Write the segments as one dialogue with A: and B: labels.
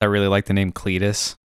A: I really like the name Cletus.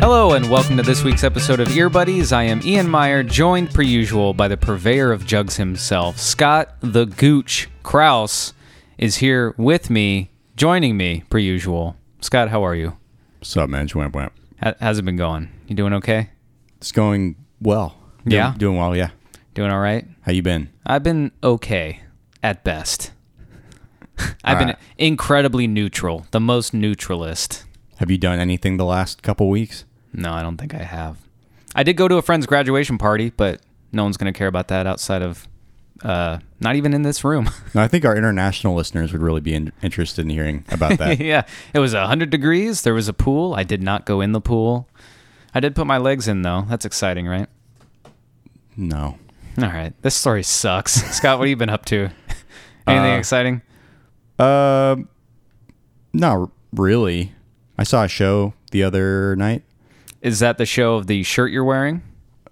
A: Hello and welcome to this week's episode of Ear Buddies. I am Ian Meyer, joined per usual by the purveyor of jugs himself, Scott the Gooch Kraus, is here with me, joining me per usual. Scott, how are you?
B: What's up, man? Wamp wamp.
A: How- How's it been going? You doing okay?
B: It's going well. Doing-
A: Yeah?
B: doing well. Yeah.
A: Doing all right?
B: How you been?
A: I've been okay at best. I've been
B: Alright.
A: incredibly neutral, the most neutralist.
B: Have you done anything the last couple weeks?
A: No, I don't think I have. I did go to a friend's graduation party, but no one's going to care about that outside of uh not even in this room.
B: No, I think our international listeners would really be in- interested in hearing about that.
A: yeah, it was 100 degrees, there was a pool. I did not go in the pool. I did put my legs in though. That's exciting, right?
B: no.
A: All right. This story sucks. Scott, what have you been up to? Anything
B: Uh,
A: exciting?
B: Um, not really. I saw a show the other night.
A: Is that the show of the shirt you're wearing?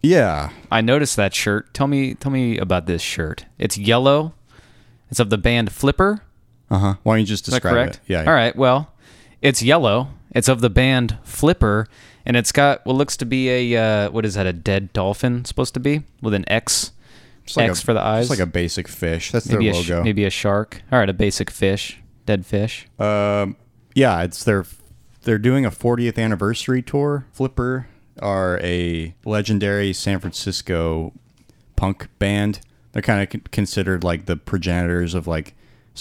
B: Yeah.
A: I noticed that shirt. Tell me, tell me about this shirt. It's yellow. It's of the band Flipper.
B: Uh huh. Why don't you just
A: Is that
B: describe
A: correct?
B: it? Yeah.
A: All right. Well, it's yellow. It's of the band Flipper, and it's got what looks to be a uh, what is that? A dead dolphin supposed to be with an X.
B: It's like
A: X
B: a-
A: for the eyes.
B: It's like a basic fish. That's
A: maybe
B: their
A: a sh-
B: logo.
A: maybe a shark. All right, a basic fish, dead fish.
B: Um, yeah, it's their they're doing a 40th anniversary tour. Flipper are a legendary San Francisco punk band. They're kind of con- considered like the progenitors of like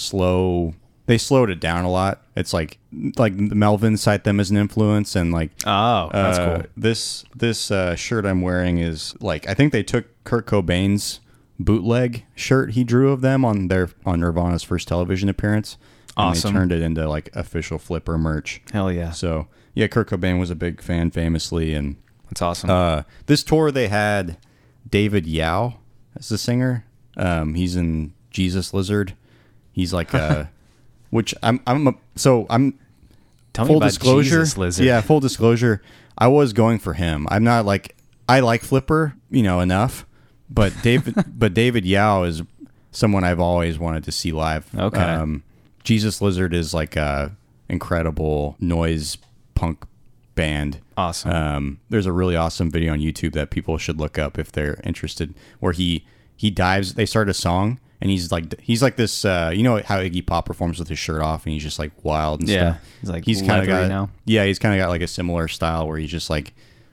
B: slow. They slowed it down a lot. It's like like the Melvins cite them as an influence, and like
A: Oh, that's
B: uh,
A: cool.
B: This this uh, shirt I'm wearing is like I think they took Kurt Cobain's bootleg shirt he drew of them on their on Nirvana's first television appearance.
A: Awesome.
B: And they turned it into like official flipper merch.
A: Hell yeah,
B: So yeah, Kurt Cobain was a big fan famously, and
A: that's awesome.
B: uh, this tour they had David Yao as the singer. Um, he's in Jesus Lizard. He's like uh which I'm I'm a, so I'm
A: tell me
B: full
A: about
B: disclosure
A: Jesus Lizard.
B: yeah full disclosure i was going for him i'm not like i like flipper you know enough but david but david yao is someone i've always wanted to see live Um,
A: Okay.
B: jesus lizard is like a incredible noise punk band
A: Awesome.
B: um, there's a really awesome video on YouTube that people should look up if they're interested, where he he dives. They start a song and he's like he's like this. Uh, you know how Iggy Pop performs with his shirt off and he's just like wild and
A: Yeah.
B: stuff.
A: He's, like,
B: kinda
A: leathery
B: got
A: now.
B: yeah he's kind of got like a similar style where he's just like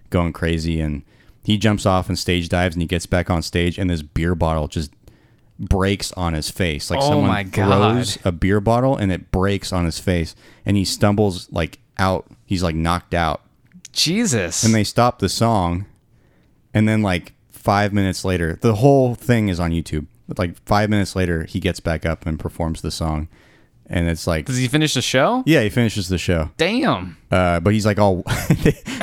B: going crazy and he jumps off and stage dives and he gets back on stage and this beer bottle just breaks on his face. Like
A: Oh
B: someone
A: my God.
B: throws a beer bottle and it breaks on his face and he stumbles like out. He's like knocked out
A: Jesus.
B: and they stopped the song and then like five minutes later the whole thing is on youtube but like five minutes later he gets back up and performs the song and it's like
A: Does he finish the show?
B: yeah he finishes the show
A: Damn.
B: uh, but he's like all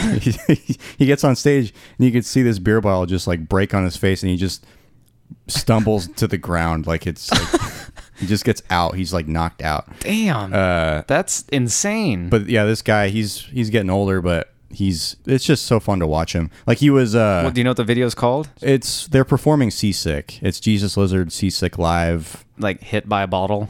B: he gets on stage and you can see this beer bottle just like break on his face and he just stumbles to the ground like it's like, he just gets out he's like knocked out
A: Damn.
B: Uh,
A: That's insane.
B: but yeah this guy he's he's getting older but he's it's just so fun to watch him like he was uh
A: Well, do you know what the video's called?
B: It's they're performing Seasick. It's Jesus Lizard Seasick live.
A: Like hit by a bottle.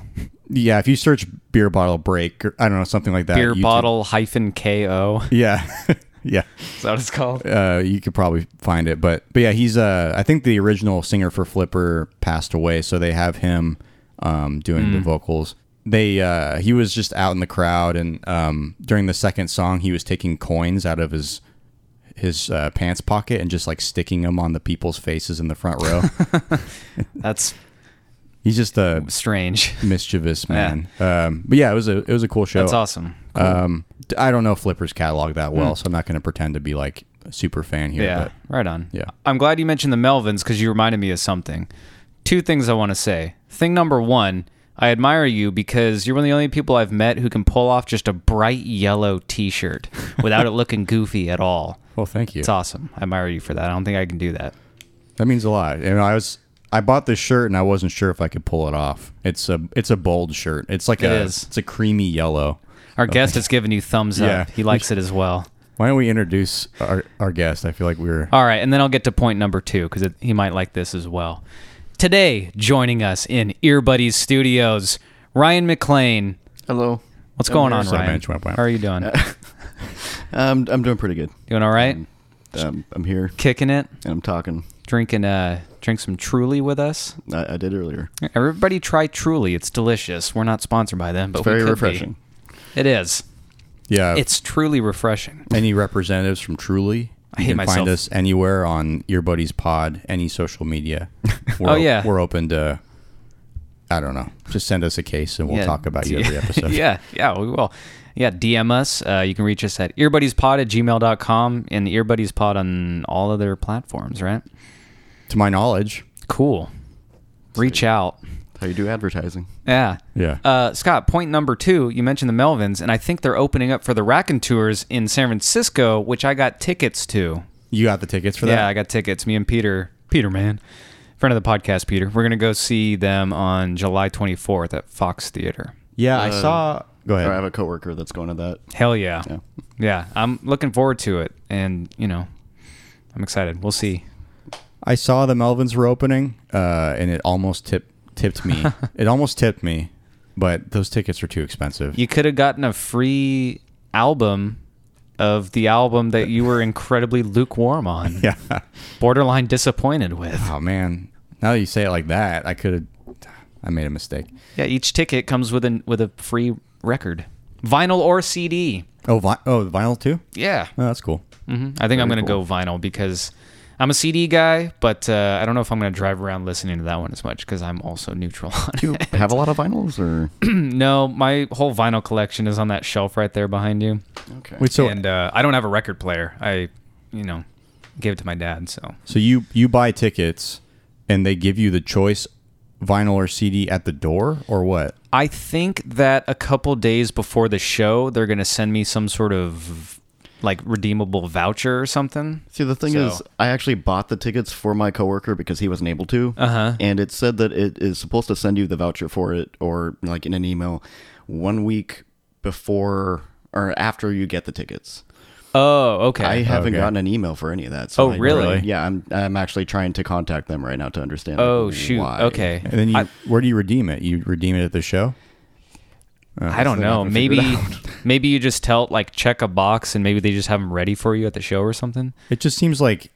B: Yeah, if you search beer bottle break or I don't know something like that.
A: Beer
B: you
A: bottle hyphen KO.
B: could- yeah, yeah.
A: Is that what it's called?
B: Uh, you could probably find it, but but yeah, he's uh I think the original singer for Flipper passed away, so they have him um doing
A: Mm.
B: the vocals. They uh he was just out in the crowd, and um during the second song he was taking coins out of his his uh, pants pocket and just like sticking them on the people's faces in the front row.
A: That's
B: he's just a
A: strange.
B: mischievous man. Um, but yeah, it was a it was a cool show.
A: That's awesome.
B: Um, d- I don't know Flipper's catalog that well, so I'm not going to pretend to be like a super fan here.
A: Hmm. Yeah.
B: but
A: right on.
B: yeah.
A: I'm glad you mentioned the Melvins because you reminded me of something. Two things I want to say. Thing number one, I admire you because you're one of the only people I've met who can pull off just a bright yellow t shirt without it looking goofy at all.
B: well, thank you.
A: It's awesome. I admire you for that. I don't think I can do that.
B: That means a lot. And I was I bought this shirt and I wasn't sure if I could pull it off. It's a it's a bold shirt. It's like
A: It
B: a
A: is.
B: it's a creamy yellow.
A: Our guest has given you thumbs
B: Oh, Yeah.
A: up. He likes it as well.
B: Why don't we introduce our, our guest? I feel like we're
A: All right, and then I'll get to point number two because he might like this as well. Today, joining us in Earbuddies Studios, Ryan McLean.
C: Hello.
A: What's going on,
B: What's up,
A: Ryan?
B: man? Chwap, wap.
A: How are you doing?
C: Um, I'm doing pretty good.
A: Doing all right?
C: Um, I'm here
A: Kicking it?
C: and I'm talking.
A: Drinking uh drink some Truly with us?
C: I, I did earlier.
A: Everybody try Truly. It's delicious. We're not sponsored by them, but we
C: Very
A: could be.
C: refreshing.
A: It is.
B: yeah.
A: It's truly refreshing.
B: any representatives from Truly.
A: I hate
B: you can
A: myself.
B: Find us anywhere on Earbuddies Pod, any social media. We're,
A: Oh, yeah.
B: we're open to. I don't know. Just send us a case and we'll
A: Yeah.
B: talk about you every episode.
A: yeah, yeah, we will. Yeah, DM us. Uh, you can reach us at earbuddiespodd at gmail.com and earbuddiespodd on all other platforms, right?
B: To my knowledge.
A: Cool. Reach out.
C: How you do advertising?
A: Yeah.
B: Yeah.
A: Uh, Scott, point number two, you mentioned the Melvins, and I think they're opening up for the Rackin Tours in San Francisco, which I got tickets to.
B: you got the tickets for that?
A: Yeah, I got tickets. Me and Peter, Peter, man, friend of the podcast, Peter. We're going to go see them on July 24th at Fox Theater.
B: Yeah, I saw. Go ahead.
C: I have a coworker that's going to that.
A: Hell yeah. yeah.
C: Yeah.
A: I'm looking forward to it. And, you know, I'm excited. We'll see.
B: I saw the Melvins were opening, uh, and it almost tipped tipped me. it almost tipped me, but those tickets are too expensive.
A: You could have gotten a free album of the album that you were incredibly lukewarm on,
B: yeah.
A: borderline disappointed with.
B: Oh man. Now that you say it like that, I could have. I made a mistake.
A: Yeah, each ticket comes with an with a free record, vinyl or CD.
B: Oh, vi- oh, the vinyl too.
A: Yeah,
B: Oh, that's cool.
A: hmm I think I'm gonna go vinyl because I'm a CD guy, but uh, I don't know if I'm gonna drive around listening to that one as much because I'm also neutral on it.
C: Do you have a lot of vinyls or?
A: No, my whole vinyl collection is on that shelf right there behind you,
C: Okay.
B: Wait, so
A: and uh, I don't have a record player. I, you know, gave it to my dad. So
B: so you you buy tickets, and they give you the choice, vinyl or CD at the door, or what?
A: I think that a couple days before the show, they're gonna send me some sort of like redeemable voucher or something.
C: See, the thing
A: So-
C: is, I actually bought the tickets for my coworker because he wasn't able to.
A: Uh-huh.
C: And it said that it is supposed to send you the voucher for it or like in an email one week before or after you get the tickets.
A: Oh, okay.
C: I haven't
B: Okay.
C: gotten an email for any of that. So
A: Oh,
C: I-
A: really?
C: Yeah, I'm I'm actually trying to contact them right now to understand.
A: Oh shoot.
C: why.
A: Okay.
B: And then you,
A: I,
B: where do you redeem it? You redeem it at the show. Oh,
A: I don't
C: so they're not
A: know.
C: gonna figure it
A: Maybe maybe you just tell like check a box and maybe they just have them ready for you at the show or something.
B: It just seems like,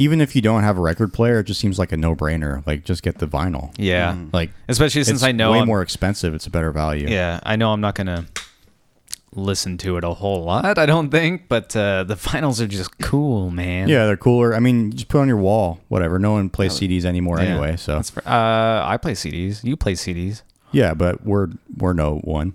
B: even if you don't have a record player, it just seems like a no brainer. Like just get the vinyl.
A: Yeah.
B: Like
A: Especially since
B: Hmm. it's
A: I know
B: way
A: I'm-
B: more expensive, it's a better value.
A: Yeah, I know I'm not going to listen to it a whole lot, I don't think, but uh, the finals are just cool, man.
B: Yeah, they're cooler. I mean, just put on your wall, whatever. No one plays CDs anymore
A: Yeah.
B: anyway, so
A: That's fr- uh, I play CDs. You play CDs.
B: yeah. But we're we're no one.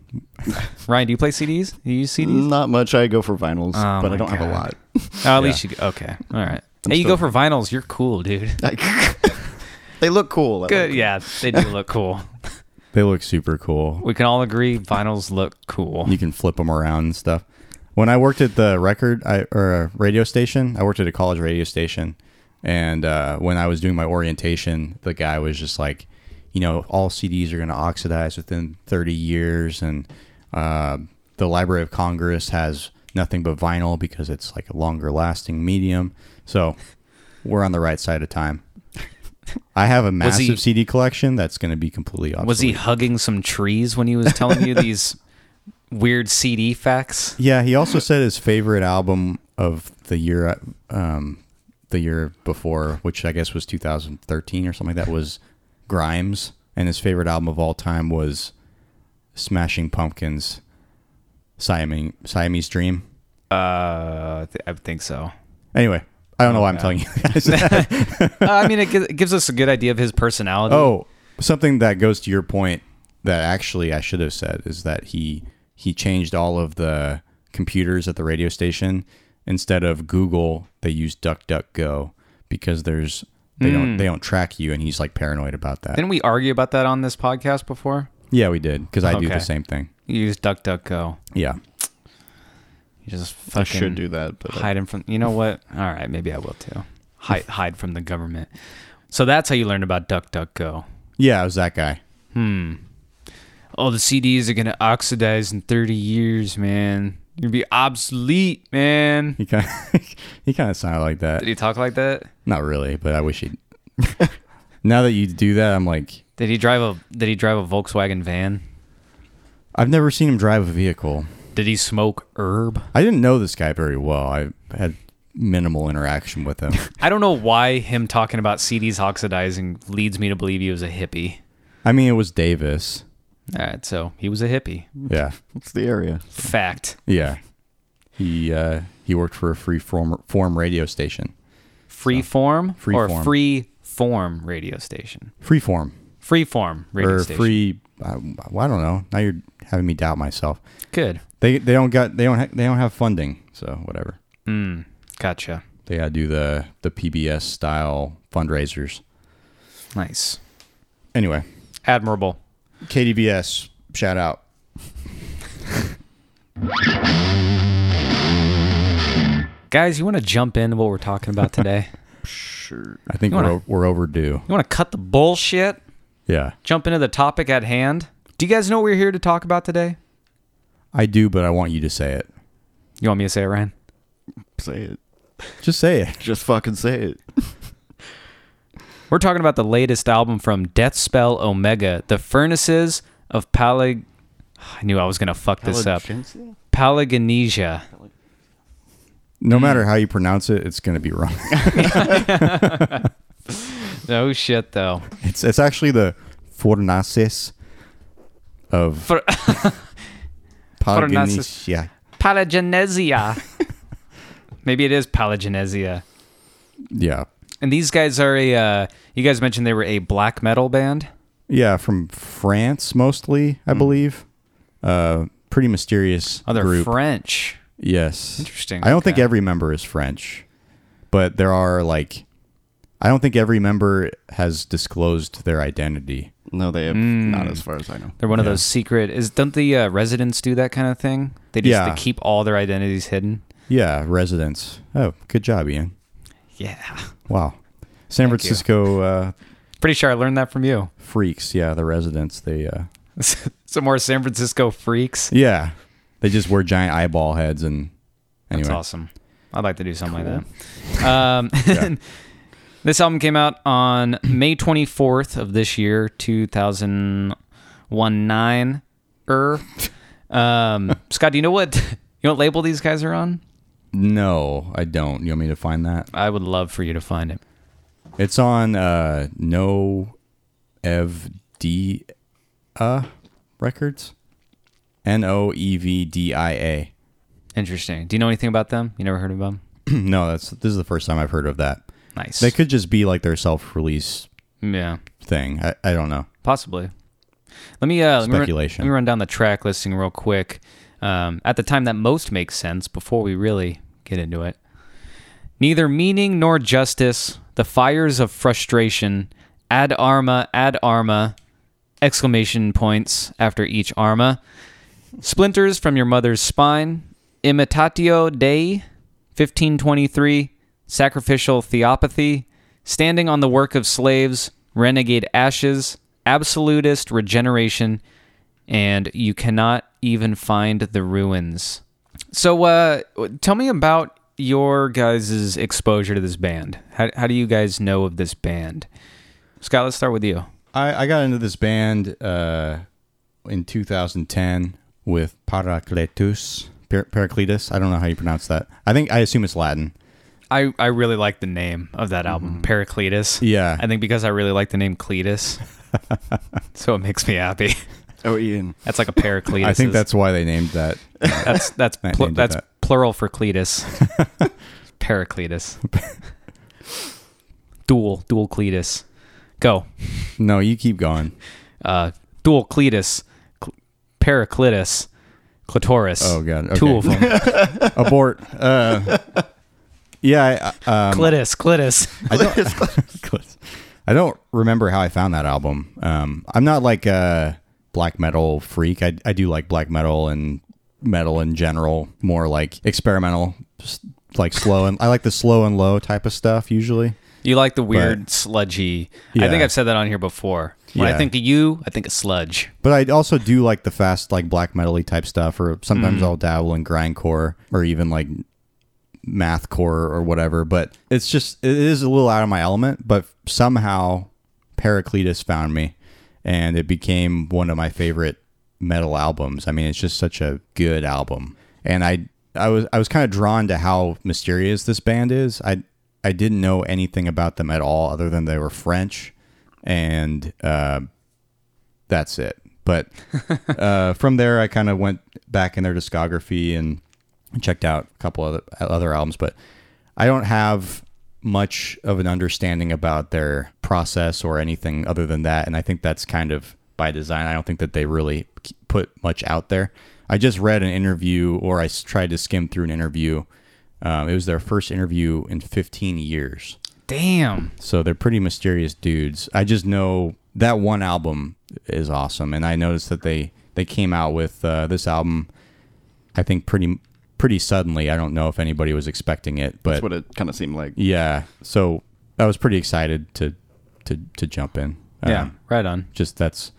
A: Ryan, do you play CDs? Do you use CDs?
C: Not much. I go for vinyls,
A: Oh
C: but
A: my
C: I don't have
A: God.
C: a lot.
B: Mm,
A: Oh, at least you okay. All right. hey, you go for vinyls. You're cool, dude.
C: Like, they look cool. I
A: Good.
C: like-
A: Yeah, they do look cool.
B: They look super cool.
A: We can all agree vinyls look cool.
B: You can flip them around and stuff. When I worked at the record I, or uh, radio station, I worked at a college radio station, and uh, when I was doing my orientation, the guy was just like, you know, all CDs are going to oxidize within 30 years, and uh, the Library of Congress has nothing but vinyl because it's like a longer lasting medium. So we're on the right side of time. I have a
A: Was
B: massive
A: he-
B: CD collection that's going to be completely obsolete.
A: Was he hugging some trees when he was telling you these weird CD facts?
B: Yeah, he also said his favorite album of the year, um, the year before, which I guess was 2013 or something like that, was Grimes, and his favorite album of all time was Smashing Pumpkins, Siamese, Siamese Dream.
A: Uh, th- I think so.
B: Anyway, I don't know why I'm telling you guys. that.
A: Uh, I mean, it, gi- it gives us a good idea of his personality.
B: oh, something that goes to your point that actually I should have said is that he he changed all of the computers at the radio station instead of Google, they use DuckDuckGo because there's they
A: Hmm.
B: don't they don't track you, and he's like paranoid about that.
A: didn't we argue about that on this podcast before?
B: yeah, we did because I do
A: Okay.
B: the same thing.
A: You use DuckDuckGo.
B: Yeah,
A: You just fucking
C: I should do that, but I,
A: hide him from. You know what? All right, maybe I will too. Hide hide from the government. So that's how you learned about DuckDuckGo.
B: yeah, it was that guy.
A: Hmm. Oh, the CDs are gonna oxidize in thirty years, man. You'd be obsolete, man.
B: He kind of, he kind of sounded like that.
A: Did he talk like that?
B: Not really, but I wish he. now that you do that, I'm like,
A: Did he drive a Did he drive a Volkswagen van?
B: I've never seen him drive a vehicle.
A: Did he smoke herb?
B: I didn't know this guy very well. I had minimal interaction with him.
A: I don't know why him talking about CDs oxidizing leads me to believe he was a hippie.
B: I mean, it was Davis.
A: All right, so he was a hippie.
B: Yeah,
C: It's the area.
A: Fact.
B: yeah. He uh, he worked for a free form form radio station.
A: Free form
B: Free
A: or
B: form.
A: free form radio station.
B: Free form
A: Free form radio
B: or
A: station.
B: free. I, I don't know. Now you're having me doubt myself.
A: Good.
B: They they don't got they don't ha- they don't have funding. So whatever.
A: Gotcha.
B: They gotta do the the PBS style fundraisers.
A: Nice.
B: Anyway,
A: Admirable.
B: KDBS shout out.
A: Guys, you want to jump into what we're talking about today?
C: Sure.
B: I think
A: You wanna-
B: we're, o- we're overdue.
A: you want to cut the bullshit?
B: Yeah,
A: Jump into the topic at hand? Do you guys know what we're here to talk about today?
B: I do, but I want you to say it.
A: You want me to say it, Ryan?
C: Say it.
B: Just say it.
C: Just fucking say it.
A: We're talking about the latest album from Deathspell Omega, The Furnaces of Palag. I knew I was going to fuck this up.
C: Palingenesia?
A: Palagonesia.
B: No
A: Hmm.
B: matter how you pronounce it, it's gonna be wrong.
A: No Oh, shit, though.
B: it's it's actually the Fornaces of
A: For- Fornaces.
B: Palagonis- Yeah,
A: Palagenesia. Maybe it is Palagenesia.
B: yeah,
A: And these guys are a. Uh, you guys mentioned they were a black metal band.
B: yeah. From France mostly,
A: Hmm.
B: I believe. Uh, pretty mysterious
A: Oh, they're
B: group.
A: French.
B: Yes.
A: Interesting.
B: I don't think
A: Okay.
B: every member is French, but there are like, I don't think every member has disclosed their identity.
C: No, they have
A: Hmm.
C: not as far as I know.
A: They're one of those secret. Is don't the uh, residents do that kind of thing? They just
B: Yeah.
A: they keep all their identities hidden.
B: Yeah, residents. Oh, good job, Ian.
A: Yeah.
B: Wow. San
A: Thank you.
B: Francisco uh,
A: Pretty sure I learned that from you.
B: freaks. Yeah, the residents. They, uh,
A: Some more San Francisco freaks.
B: yeah, they just wear giant eyeball heads and anyway.
A: That's awesome. I'd like to do something like that. Um, this album came out on May 24th of this year, 2019. Er. Um, Scott, do you know what you know what label these guys are on?
B: No, I don't. You want me to find that?
A: I would love for you to find it.
B: It's on uh, No Ev D uh Records. N O E V D I A.
A: Interesting. Do you know anything about them? You never heard of them?
B: no, that's this is the first time I've heard of that.
A: Nice.
B: They could just be like their self release
A: yeah.
B: thing. I, I don't know.
A: Possibly. Let me uh, let me run-
B: Speculation.
A: Let me, run down the track listing real quick. Um, at the time that most makes sense before we really get into it. Neither meaning nor justice, the fires of frustration, ad arma, ad arma, exclamation points after each arma, splinters from your mother's spine, imitatio dei, 1523, sacrificial theopathy, standing on the work of slaves, renegade ashes, absolutist regeneration, and you cannot even find the ruins. So, uh, tell me about your guys' exposure to this band. How, how do you guys know of this band? Scott, let's start with you.
B: I, I got into this band uh, in 2010 with Paracletus. Per- Paracletus. I don't know how you pronounce that. I think I assume it's Latin.
A: I, I really like the name of that album, Paracletus.
B: Mm-hmm. Yeah.
A: I think because I really like the name Cletus. so it makes me happy.
C: Oh, Ian.
A: That's like a Paracletus.
B: I think
A: is-
B: that's why they named that.
A: that's that's
B: Matt
A: pl-
B: named it
A: that's
B: that.
A: plural for Cletus. Paracletus. dual dual Cletus. Go.
B: no, you keep going.
A: Uh, dual Cletus. Cl- Paracletus. Clitoris.
B: Oh, God. Okay.
A: Two of them.
B: Abort. Uh, yeah. I, um,
A: Clitus. Clitus.
B: I don't, I don't remember how I found that album. Um, I'm not like a black metal freak. I, I do like black metal and metal in general, more like experimental, s- like slow and I like the slow and low type of stuff usually.
A: You like the weird sludgy. I think
B: Yeah.
A: I've said that on here before. When I
B: Yeah.
A: think of you, I think of sludge.
B: But I also do like the fast, like black metal-y type stuff, or sometimes I'll dabble in grindcore or even like mathcore or whatever. But it's just it is a little out of my element. But somehow Heraclitus found me, and it became one of my favorite metal albums. I mean, it's just such a good album, and I I was I was kind of drawn to how mysterious this band is. I I didn't know anything about them at all, other than they were French, and uh, that's it. But uh, from there, I kind of went back in their discography and checked out a couple other other albums. But I don't have much of an understanding about their process or anything other than that. And I think that's kind of by design. I don't think that they really k- put much out there. I just read an interview, or I s- tried to skim through an interview. Um, it was their first interview in 15 years.
A: Damn.
B: So they're pretty mysterious dudes. I just know that one album is awesome, and I noticed that they they came out with uh, this album. I think pretty pretty suddenly. I don't know if anybody was expecting it, but
C: That's what it kind of seemed like.
B: yeah. So I was pretty excited to to to jump in.
A: Yeah.
B: Um,
A: Right on.
B: just that's.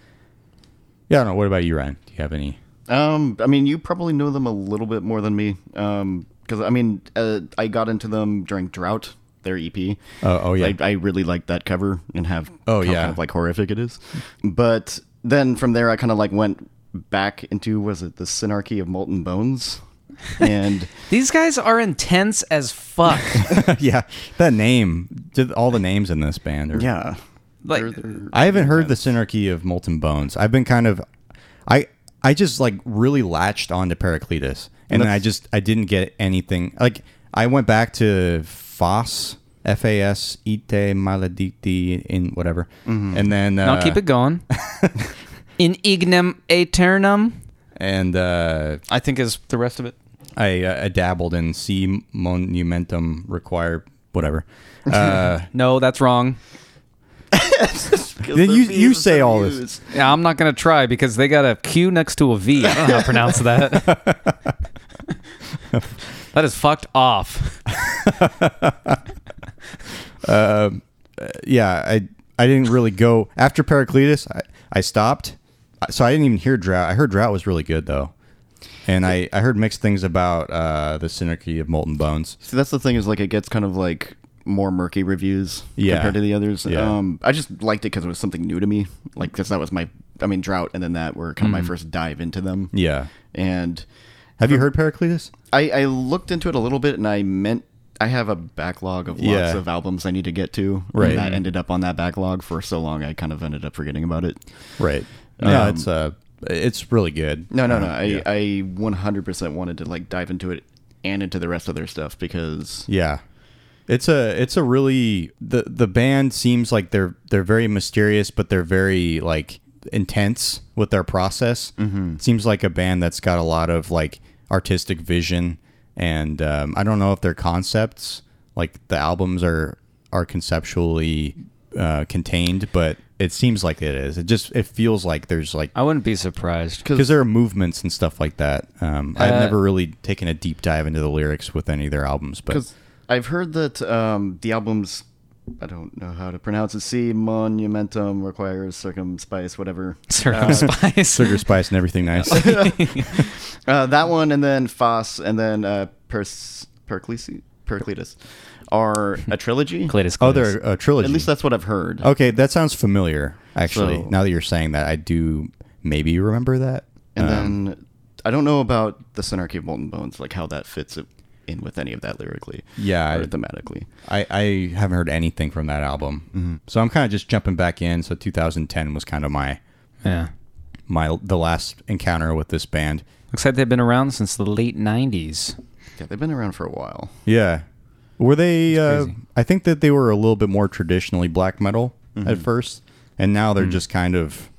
B: Yeah, I don't know. What about you, Ryan? Do you have any?
C: Um, I mean, you probably know them a little bit more than me. Um, because I mean, uh, I got into them during Drought, their EP.
B: Oh, oh, yeah.
C: I, I really like that cover and have
B: Oh,
C: how
B: yeah.
C: kind of like horrific it is. But then from there, I kind of like went back into was it the Synarchy of Molten Bones, and
A: These guys are intense as fuck.
B: yeah, that name. Did all the names in this band? Are,
C: yeah,
A: like
B: I haven't heard the Synarchy of Molten Bones. I've been kind of, I I just like really latched onto Pericletus, and then I just I didn't get anything. Like I went back to Fas F A S Ite Maledicti in whatever, and then uh,
A: Mm-hmm. now keep it going. In ignem aeternum.
B: And uh,
A: I think is the rest of it.
B: I uh, dabbled in C Monumentum Require whatever. Uh,
A: No, that's wrong.
B: then you you say all this.
A: Yeah, I'm not gonna try because they got a Q next to a V. I don't know how to pronounce that. that is fucked off.
B: yeah, I I didn't really go after Pericletus. I, I stopped, so I didn't even hear Drought. I heard Drought was really good though, and I, I heard mixed things about uh, the Synarchy of Molten Bones.
C: See, that's the thing is like it gets kind of like more murky reviews
B: Yeah.
C: compared to the others.
B: Yeah.
C: Um, I just liked it because it was something new to me. Like, because that was my, I mean, drought and then that were kind of my first dive into them.
B: Mm. Yeah,
C: And
B: have you heard Pericletus?
C: I, I looked into it a little bit and I meant I have a backlog of lots
B: Yeah.
C: of albums I need to get to.
B: Right.
C: And that ended up on that backlog for so long I kind of ended up forgetting about it.
B: Right. No, it's uh, it's really good.
C: No, no, no.
B: Uh,
C: I,
B: yeah.
C: I 100% wanted to like dive into it and into the rest of their stuff because
B: Yeah. It's a it's a really the the band seems like they're they're very mysterious but they're very like intense with their process. Mm-hmm. Seems like a band that's got a lot of like artistic vision and um, I don't know if their concepts like the albums are are conceptually uh, contained, but it seems like it is. It just it feels like there's like
A: I wouldn't be surprised.
B: because there are movements and stuff like that. Um, I've
A: Uh,
B: never really taken a deep dive into the lyrics with any of their albums, but
C: Because I've heard that um, the album's, I don't know how to pronounce it, C Monumentum requires circumspice, whatever.
A: uh, Circumspice.
B: sugar spice and everything nice.
C: Uh, that one, and then Foss, and then uh, Pers- Perclesi- Percletus are a trilogy.
A: Cletus,
B: oh,
A: Cletus.
B: they're a trilogy.
C: At least that's what I've heard.
B: okay, that sounds familiar. Actually,
C: So-
B: now that you're saying that, I do maybe remember that.
C: And
B: Um,
C: then I don't know about the Synarchy of Molten Bones, like how that fits it- in with any of that lyrically.
B: Yeah,
C: Or
B: I-
C: thematically.
B: I, I haven't heard anything from that album,
C: Mm-hmm.
B: so I'm kind of just jumping back in. So 2010 was kind of my
A: yeah.
B: my the last encounter with this band.
A: Looks like they've been around since the late '90s.
C: Yeah, they've been around for a while.
B: Yeah, were they? Uh, I think that they were a little bit more traditionally black metal at
C: Mm-hmm.
B: first, and now they're just kind of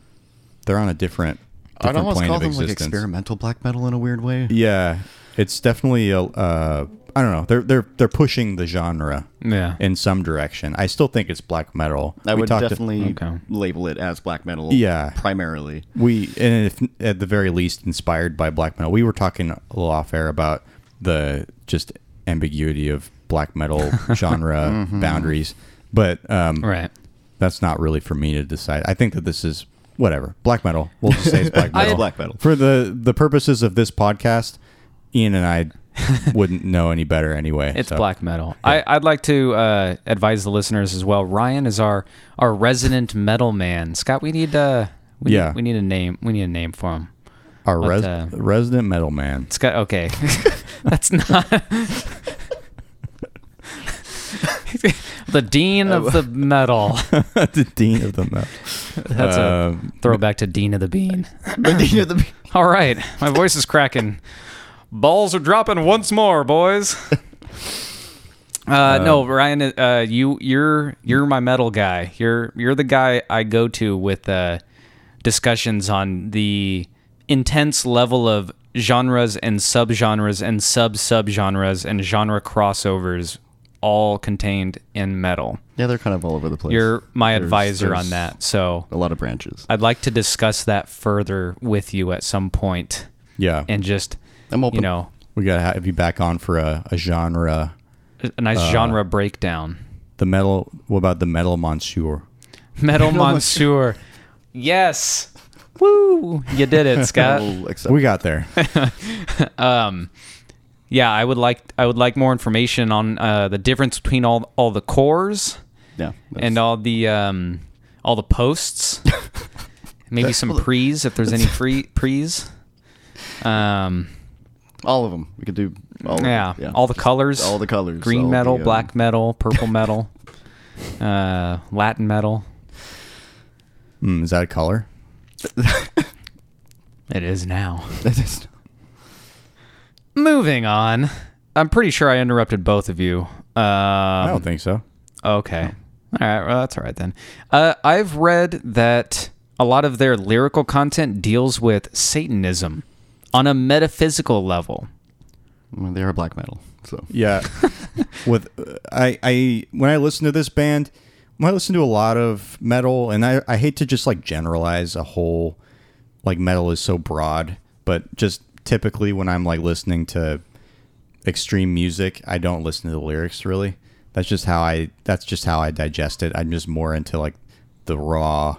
B: they're on a different.
C: Mm. I'd
B: different
C: almost
B: plane
C: call
B: of
C: them like
B: existence.
C: experimental black metal in a weird way.
B: Yeah, it's definitely a. Uh, I don't know. They're they're they're pushing the genre
A: Yeah.
B: in some direction. I still think it's black metal.
C: I
B: We
C: would
B: talked to-
C: definitely
A: Okay.
C: label it as black metal.
B: Yeah.
C: primarily.
B: we and if, at the very least inspired by black metal. We were talking a little off air about
C: Mm-hmm.
B: the just ambiguity of black metal genre boundaries, But um,
A: Right.
B: that's not really for me to decide. I think that this is whatever black metal. We'll just say it's black metal.
A: I-
C: black metal.
B: For the the purposes of this podcast, Ian and I wouldn't know any better anyway.
A: It's
B: so.
A: black metal. I, I'd like to uh, advise the listeners as well. Ryan is our our resident metal man. Scott, we need uh, we
B: Yeah.
A: need, we need a name. We need a name for him.
B: Our res-
A: uh,
B: resident metal man.
A: Scott, okay, that's not the dean
B: Uh,
A: of the metal.
B: the dean of the metal.
A: That's a
B: Um,
A: throwback to Dean of the Bean.
C: Medina the
A: All right, my voice is cracking. Balls are dropping once more, boys. Uh,
C: Um,
A: no, Ryan, uh, you you're you're my metal guy. You're you're the guy I go to with uh, discussions on the intense level of genres and subgenres and sub subgenres and genre crossovers, all contained in metal.
C: Yeah, they're kind of all over the place.
A: You're my
C: There's-
A: advisor on
C: there's
A: that, so
C: A lot of branches.
A: I'd like to discuss that further with you at some point
B: Yeah,
A: and just
C: I'm open.
A: you know
B: we gotta have you back on for a, a genre.
A: a nice
C: Uh,
A: genre breakdown
B: The metal. What about the metal monsieur?
A: metal monsieur yes woo you did it scott
C: We'll accept-
B: We got there.
A: yeah i would like i would like more information on uh, the difference between all all the cores
C: yeah. that's-
A: and all the um all the posts maybe some prees if there's any free prees um
C: all of them. We could do all.
A: yeah,
C: Of them.
A: all the colors
C: all the colors,
A: green
C: all
A: metal
C: the, uh,
A: black metal purple metal uh latin metal
B: Mm, is that a color?
A: it is now
C: That is-
A: Moving on. I'm pretty sure I interrupted both of you.
B: I
A: Um,
B: don't think so.
A: okay. All right. Well, that's all right then. Uh, I've read that a lot of their lyrical content deals with Satanism on a metaphysical level.
C: well, they are black metal. So
B: Yeah. With uh, I I when I listen to this band, when I listen to a lot of metal and I I hate to just like generalize a whole like metal is so broad, but just typically when I'm like listening to extreme music, I don't listen to the lyrics really. That's just how I that's just how I digest it. I'm just more into like the raw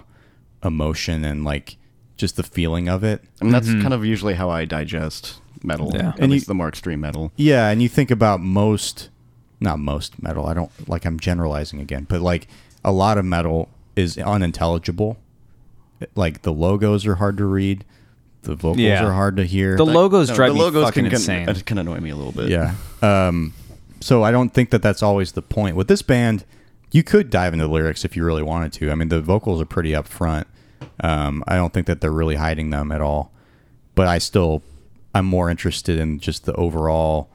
B: emotion and like just the feeling of it.
C: I mean, that's kind of usually how I digest metal.
A: Mm-hmm. Yeah.
C: At
B: And
C: least
B: you-
C: the more extreme metal.
B: Yeah, and you think about most, not most metal. I don't like. I'm generalizing again, but like a lot of metal is unintelligible. Like the logos are hard to read, the vocals
A: Yeah.
B: are hard to hear.
A: The logos
C: No,
A: drive
C: the logos
A: me fucking
C: can,
A: insane.
C: Can, uh, can annoy me a little bit.
B: yeah. Um. So I don't think that that's always the point with this band. You could dive into the lyrics if you really wanted to. I mean, the vocals are pretty upfront. Um, I don't think that they're really hiding them at all. But I still, I'm more interested in just the overall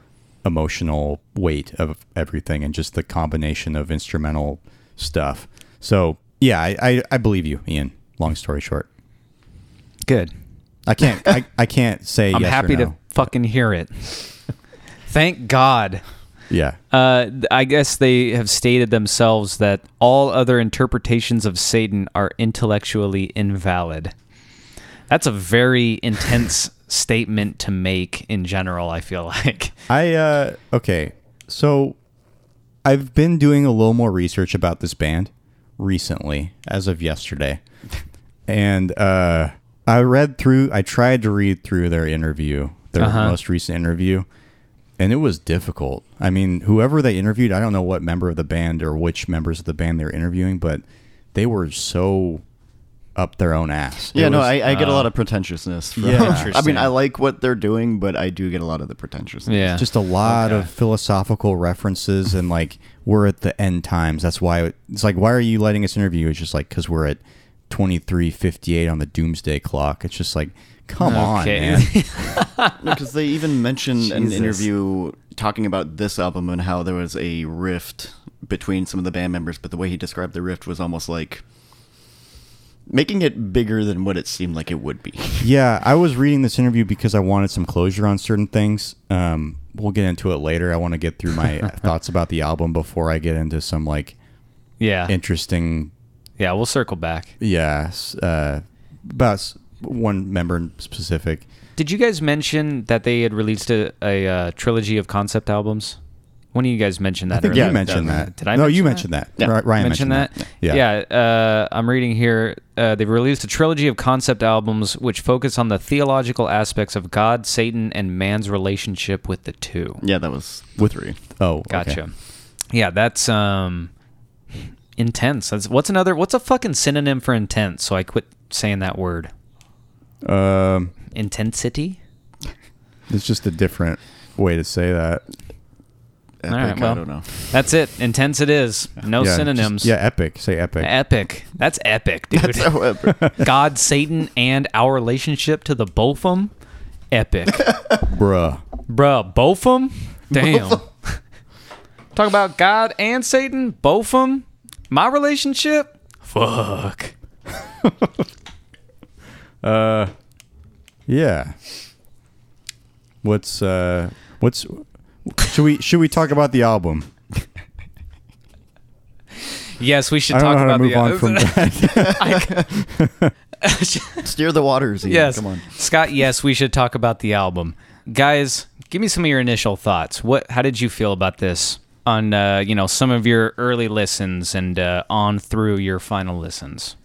B: emotional weight of everything and just the combination of instrumental stuff. So yeah, I, I, I believe you, Ian. Long story short,
A: Good.
B: I can't I, I can't say.
A: I'm
B: yes or
A: happy to
B: no.
A: fucking hear it. Thank God.
B: Yeah.
A: Uh, th- I guess they have stated themselves that all other interpretations of Satan are intellectually invalid. That's a very intense statement to make in general, I feel like.
B: I uh okay. So I've been doing a little more research about this band recently as of yesterday. And uh I read through I tried to read through their interview, their most recent interview, and it was difficult. I mean, whoever they interviewed, I don't know what member of the band or which members of the band they're interviewing, but they were so up their own ass.
C: Yeah,
B: It
C: no,
B: was-
C: I, I
A: Uh,
C: get a lot of pretentiousness. From,
B: Yeah.
C: I mean,
A: Interesting.
C: I like what they're doing, but I do get a lot of the pretentiousness.
A: Yeah.
B: just a lot
A: Okay.
B: of philosophical references and like we're at the end times that's why it's like why are you letting us interview it's just like because we're at 2358 on the doomsday clock it's just like come on
A: Okay.
B: man
C: because they even mentioned an
A: Jesus.
C: interview talking about this album and how there was a rift between some of the band members, but the way he described the rift was almost like making it bigger than what it seemed like it would be.
B: yeah i was reading this interview because i wanted some closure on certain things um we'll get into it later i want to get through my thoughts about the album before i get into some like
A: Yeah.
B: interesting
A: Yeah, we'll circle back.
B: yeah s- uh about s- one member in specific
A: Did you guys mention that they had released a, a uh, trilogy of concept albums? One of you guys mentioned that.
B: I think
A: earlier.
B: you mentioned that.
A: Did I?
B: No,
A: mention
B: you
A: that?
B: mentioned that.
C: Yeah.
B: Ri- Ryan
A: mention
B: mentioned
A: that?
B: Yeah.
A: Yeah. uh, I'm reading here. Uh, they've released a trilogy of concept albums which focus on the theological aspects of God, Satan, and man's relationship with the two.
C: Yeah, that was
B: With-
C: three.
B: Oh,
A: Gotcha.
B: okay.
A: Yeah, that's um intense. That's what's another what's a fucking synonym for intense? So I quit saying that word.
B: Um,
A: Intensity?
B: it's just a different way to say that.
C: Epic,
A: All right, well,
C: I don't know.
A: That's it. Intense it is. No
B: Yeah, just-
A: Oh, synonyms. Eh.
B: yeah, epic. Say epic.
A: Epic. That's epic, dude.
C: That's so epic.
A: God, Satan, and our relationship to the Botham. Epic.
B: Bruh.
A: Bruh, Botham? Damn. Talk about God and Satan? Botham? My relationship? Fuck.
B: Uh, Yeah. What's uh what's should we should we talk about the album?
A: Yes, we should
B: I don't
A: talk
B: know how to
A: about
B: move
A: the
B: on from that.
C: Steer the waters. Ian.
A: yes.
C: Come on.
A: Scott, yes, we should talk about the album. Guys, give me some of your initial thoughts. What how did you feel about this on uh, you know, some of your early listens and uh, on through your final listens?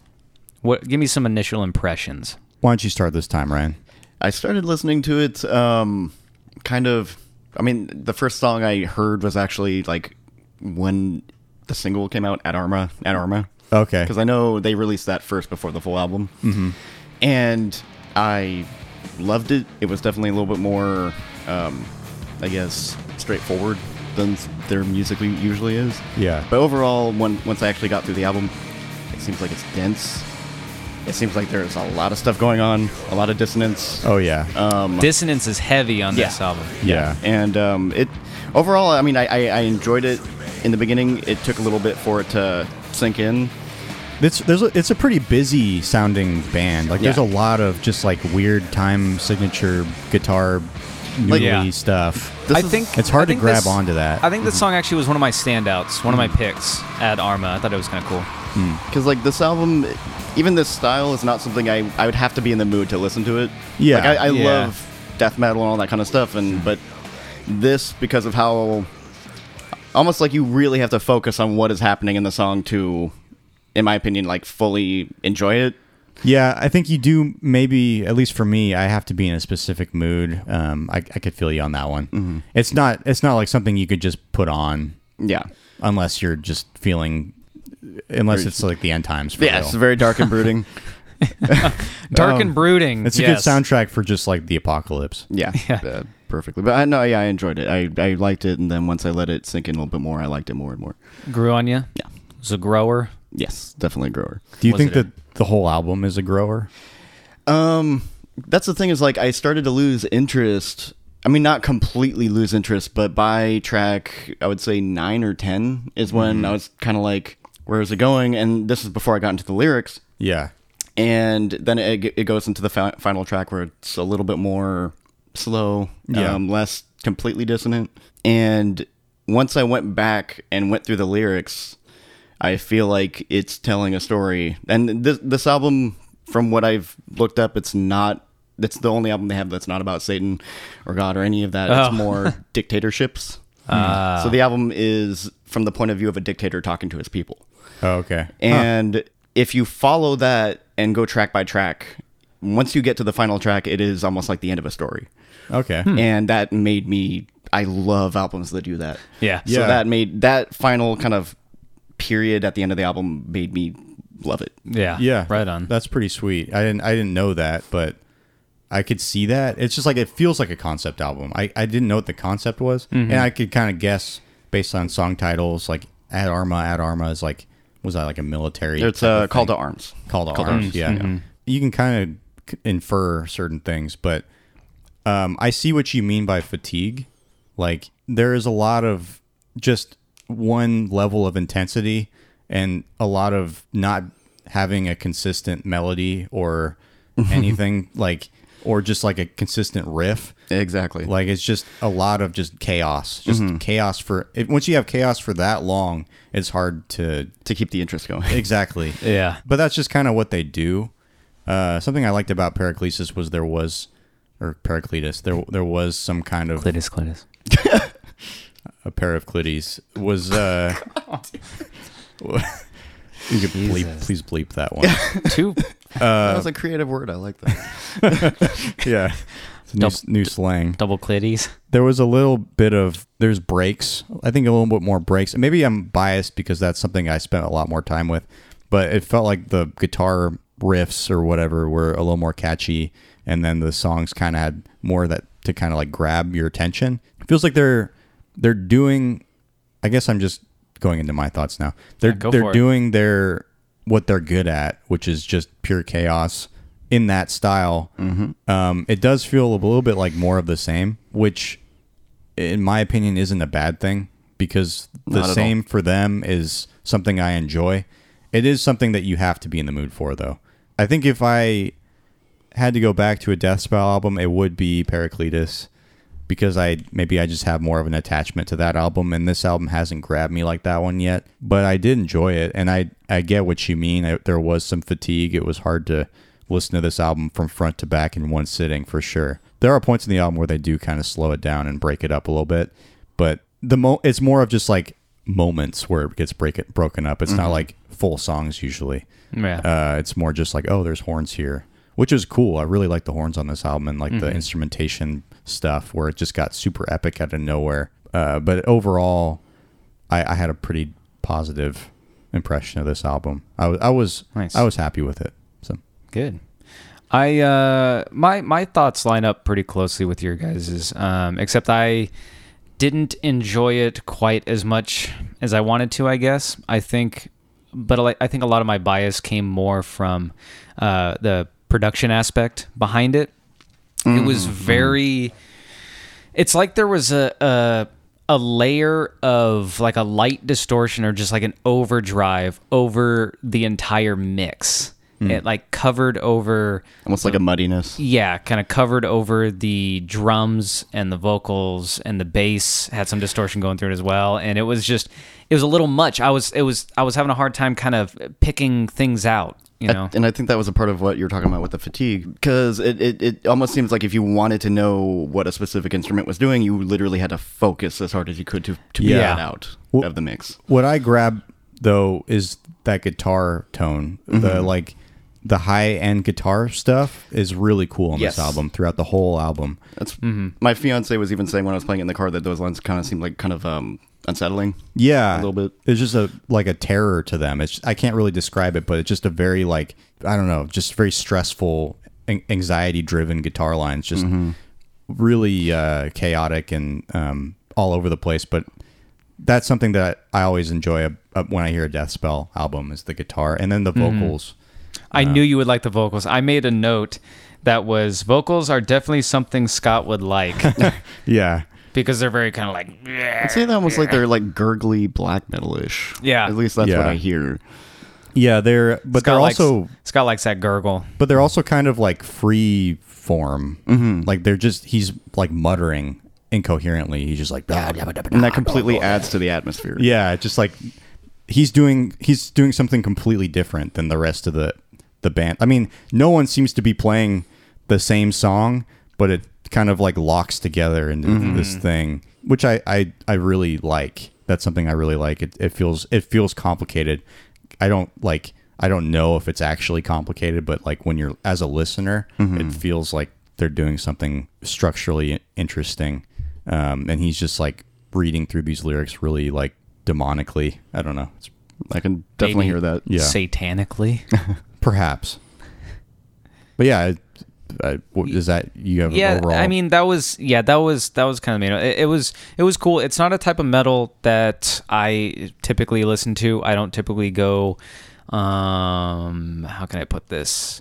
A: What give me some initial impressions.
B: Why don't you start this time, Ryan?
C: I started listening to it um, kind of. I mean, the first song I heard was actually like when the single came out, At Arma. At Arma.
B: Okay.
C: Because I know they released that first before the full album. Mm-hmm. And I loved it. It was definitely a little bit more, um, I guess, straightforward than s- their music we- usually is.
B: Yeah.
C: But overall, when, once I actually got through the album, it seems like it's dense. It seems like there's a lot of stuff going on, a lot of dissonance.
B: Oh yeah.
A: Uh, Dissonance is heavy on this
C: Yeah.
A: album.
B: yeah.
C: And um, it overall, I mean, I, I, I enjoyed it in the beginning. It took a little bit for it to sink in.
B: It's there's a, it's a pretty busy sounding band. Like there's a
C: Yeah.
B: lot of just like weird time signature guitar noodly
C: Like-
A: Yeah.
B: stuff.
C: This
A: I
C: is-
A: think
B: It's hard
A: I
B: to
A: think
B: grab
A: this-
B: onto that. Hmm.
A: I think this song actually was one of my standouts, one of my picks at Arma. I thought it was kind of cool.
C: because like this album even this style is not something i i would have to be in the mood to listen to it
B: Yeah.
C: like i, I
A: Yeah.
C: love death metal and all that kind of stuff and but this because of how almost like you really have to focus on what is happening in the song to in my opinion like fully enjoy it
B: Yeah, I think you do. Maybe at least for me, I have to be in a specific mood. Um, I, I could feel you on that one.
C: Mm-hmm.
B: It's not. It's not like something you could just put on
C: yeah
B: unless you're just feeling. Unless it's like the end times. For
C: yeah
B: real.
C: it's very dark and brooding
A: Dark and brooding.
B: It's a
A: yes.
B: good soundtrack for just like the apocalypse.
C: yeah, uh, perfectly but i know yeah i enjoyed it i i liked it and then once i let it sink in a little bit more i liked it more and more
A: Grew on you.
C: yeah
A: It's a grower.
C: yes definitely a grower
B: Do you
A: Was
B: think
A: it a-
B: that the whole album is a grower?
C: Um, that's the thing is like I started to lose interest. I mean, not completely lose interest, but by track, I would say nine or ten is when I was kind of like, "Where is it going?" And this is before I got into the lyrics,
B: Yeah.
C: and then it, g- it goes into the fi- final track where it's a little bit more slow,
B: Yeah.
C: um, less completely dissonant. And once I went back and went through the lyrics, I feel like it's telling a story. And this this album, from what I've looked up, it's not. That's the only album they have that's not about Satan or God or any of that.
A: Oh.
C: It's more dictatorships. so the album is from the point of view of a dictator talking to his people.
B: Oh, okay.
C: And if you follow that and go track by track, once you get to the final track, it is almost like the end of a story.
B: Huh. Okay.
C: And that made me I love albums that do that.
A: Yeah.
C: So
B: Yeah.
C: that made that final kind of period at the end of the album made me love it.
A: Yeah.
B: Yeah,
A: Right on.
B: That's pretty sweet. I didn't I didn't know that, but I could see that. It's just like it feels like a concept album. I, I didn't know what the concept was,
A: Mm-hmm.
B: and I could kind of guess based on song titles. Like Ad Arma, Ad Arma is like was that like a military?
C: It's
B: type
C: a
B: of
C: call
B: thing?
C: to arms.
B: call to arms. Yeah, you can kind of infer certain things, but um, I see what you mean by fatigue. Like there is a lot of just one level of intensity and a lot of not having a consistent melody or anything like or just like a consistent riff.
C: Exactly.
B: Like it's just a lot of just chaos, just chaos for. It, once you have chaos for that long, it's hard to
C: to keep the interest going.
B: exactly
A: Yeah.
B: but that's just kind of what they do. Uh, something I liked about Periclesis was there was, or Pericletus, there there was some kind of
A: Cletus, Cletus.
B: a pair of clitties was uh you could bleep, please bleep that one
A: Two
C: that was a creative word. I like that.
B: yeah it's a new, s- new slang
A: double clitties.
B: there was a little bit of there's breaks i think a little bit more breaks And maybe i'm biased because that's something i spent a lot more time with but it felt like the guitar riffs or whatever were a little more catchy and then the songs kind of had more of that to kind of like grab your attention it feels like they're they're doing i guess i'm just going into my thoughts now they're
A: go for
B: they're
A: it.
B: doing their what they're good at which is just pure chaos in that style
C: Mm-hmm.
B: um, it does feel a little bit like more of the same which in my opinion, isn't a bad thing because the
C: Not at
B: same for them is something I enjoy. It is something that you have to be in the mood for, though. I think if I had to go back to a Death Spell album, it would be Paracletus because I maybe I just have more of an attachment to that album, and this album hasn't grabbed me like that one yet. But I did enjoy it, and I I get what you mean. I, there was some fatigue; it was hard to listen to this album from front to back in one sitting for sure. There are points in the album where they do kind of slow it down and break it up a little bit, but the mo it's more of just like moments where it gets break it broken up. It's not like full songs usually.
A: Yeah.
B: Uh, it's more just like, oh, there's horns here, which is cool. I really like the horns on this album and like the instrumentation stuff where it just got super epic out of nowhere. Uh, but overall, I, I had a pretty positive impression of this album. I was I was
A: Nice.
B: I was happy with it. So
A: Good. I uh, my my thoughts line up pretty closely with your guys's, um, except I didn't enjoy it quite as much as I wanted to. I guess I think, but I- I think a lot of my bias came more from uh, the production aspect behind it. It was very. It's like there was a, a a layer of like a light distortion or just like an overdrive over the entire mix. It like covered over
C: Almost like a muddiness.
A: yeah, kind of covered over the drums and the vocals and the bass had some distortion going through it as well, and it was just it was a little much. I was it was I was having a hard time kind of picking things out, you know.
C: And I think that was a part of what you were talking about with the fatigue, because it, it, it almost seems like if you wanted to know what a specific instrument was doing, you literally had to focus as hard as you could to, to be
B: Yeah.
C: that out
B: Well-
C: of the mix.
B: what I grab though is that guitar tone, the like the high end guitar stuff is really cool on
C: Yes.
B: this album throughout the whole album.
C: That's
A: Mm-hmm.
C: my fiance was even saying when I was playing it in the car that those lines kind of seemed like kind of um, unsettling.
B: Yeah,
C: a little bit.
B: It's just a like a terror to them. It's I can't really describe it, but it's just a very like I don't know, just very stressful, anxiety driven guitar lines. Just
C: Mm-hmm.
B: really uh, chaotic and um, all over the place. But that's something that I always enjoy uh, uh, when I hear a Death Spell album is the guitar and then the
C: Mm-hmm.
B: vocals.
A: I knew you would like the vocals. I made a note that was vocals are definitely something Scott would like
B: Yeah,
A: because they're very kind of like
C: I'd say that almost like they're like gurgly black metal ish.
A: Yeah.
C: at least that's what
B: Yeah.
C: I hear.
B: yeah. They're but
A: Scott
B: they're
A: likes,
B: also
A: Scott likes that gurgle.
B: but they're also kind of like free form.
C: Mm-hmm.
B: Like they're just he's like muttering incoherently. He's just like blah, blah, blah, blah, blah.
C: And that completely adds to the atmosphere.
B: yeah, just like he's doing he's doing something completely different than the rest of the the band. I mean, no one seems to be playing the same song, but it kind of like locks together into this thing, which I I I really like. That's something I really like. It it feels it feels complicated. I don't like I don't know if it's actually complicated, but like when you're as a listener, it feels like they're doing something structurally interesting. Um, and he's just like reading through these lyrics really like demonically. I don't know. It's
C: I can definitely
A: Maybe
C: hear that.
B: Yeah.
A: Satanically.
B: perhaps. But yeah, I, I, what, is that you have an
A: yeah
B: overall?
A: i mean that was yeah that was that was kind of you know it, it was it was cool it's not a type of metal that i typically listen to i don't typically go um how can i put this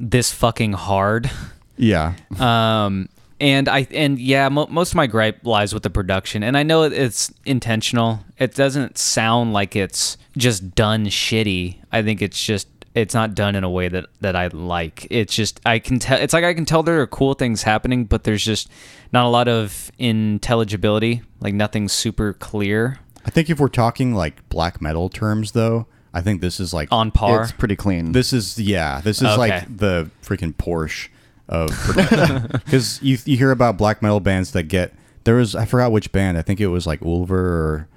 A: this fucking hard
B: yeah,
A: um and i and yeah mo- most of my gripe lies with the production and i know it- it's intentional it doesn't sound like it's just done shitty i think it's just it's not done in a way that that i like it's just i can tell it's like i can tell there are cool things happening but there's just not a lot of intelligibility like nothing super clear
B: I think if we're talking like black metal terms, though, I think this is like
A: on par
C: It's pretty clean.
B: This is yeah. This is
A: Okay.
B: like the freaking Porsche of because you you hear about black metal bands that get There was I forgot which band. I think it was like Ulver or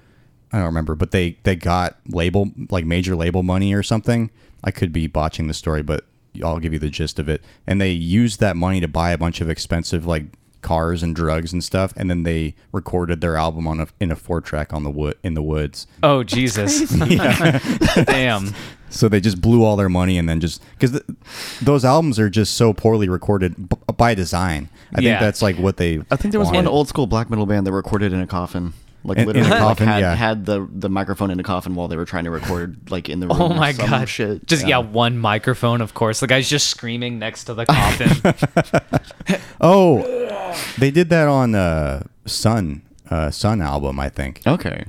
B: I don't remember, but they they got label like major label money or something. I could be botching the story, but I'll give you the gist of it. And they used that money to buy a bunch of expensive like cars and drugs and stuff, and then they recorded their album on a in a four track on the wood in the woods.
A: Oh Jesus! Damn.
B: So they just blew all their money and then just because th- those albums are just so poorly recorded b- by design. I
A: Yeah.
B: think that's like what they.
C: I think there was one
B: wanted.
C: old school black metal band that recorded in a coffin. Like
B: In- in a
C: literally, like,
B: coffin,
C: had,
B: yeah.
C: had the the microphone in a coffin while they were trying to record, like in the room.
A: Oh
C: or
A: my
C: some
A: god!
C: Shit.
A: Just yeah. one microphone. Of course, the guy's just screaming next to the coffin.
B: Oh, they did that on uh, Sun uh, Sun album, I think.
C: Okay.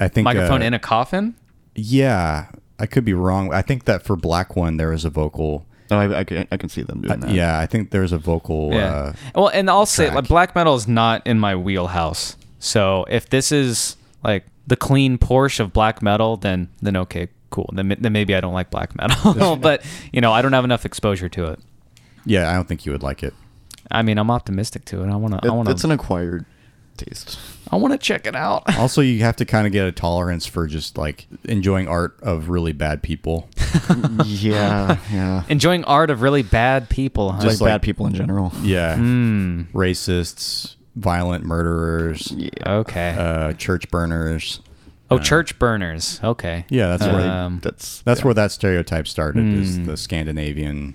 B: I think
A: microphone
B: uh,
A: in a coffin.
B: Yeah, I could be wrong. I think that for Black One there was a vocal.
C: No, I, I can I can see them doing that.
B: Uh, Yeah, I think there was a vocal. Uh,
A: well, and I'll say like
B: track.
A: black metal is not in my wheelhouse. So if this is like the clean Porsche of black metal, then then okay, cool. Then then maybe I don't like black metal. but you know, I don't have enough exposure to it.
B: yeah, I don't think you would like it.
A: I mean, I'm optimistic to it. I want to.
C: It-
A: I want
C: it's
A: to.
C: an acquired taste.
A: I want to check it out.
B: Also, you have to kind of get a tolerance for just like enjoying art of really bad people.
C: yeah, yeah.
A: Enjoying art of really bad people. Huh?
C: Just
B: like-
C: like bad people in general.
B: Yeah,
A: Hmm.
B: racists, violent murderers,
A: okay.
B: uh, church burners.
A: oh, church burners. Okay.
B: Yeah, that's where
A: Um,
C: That's
B: that's where that stereotype started
A: Hmm.
B: is the Scandinavian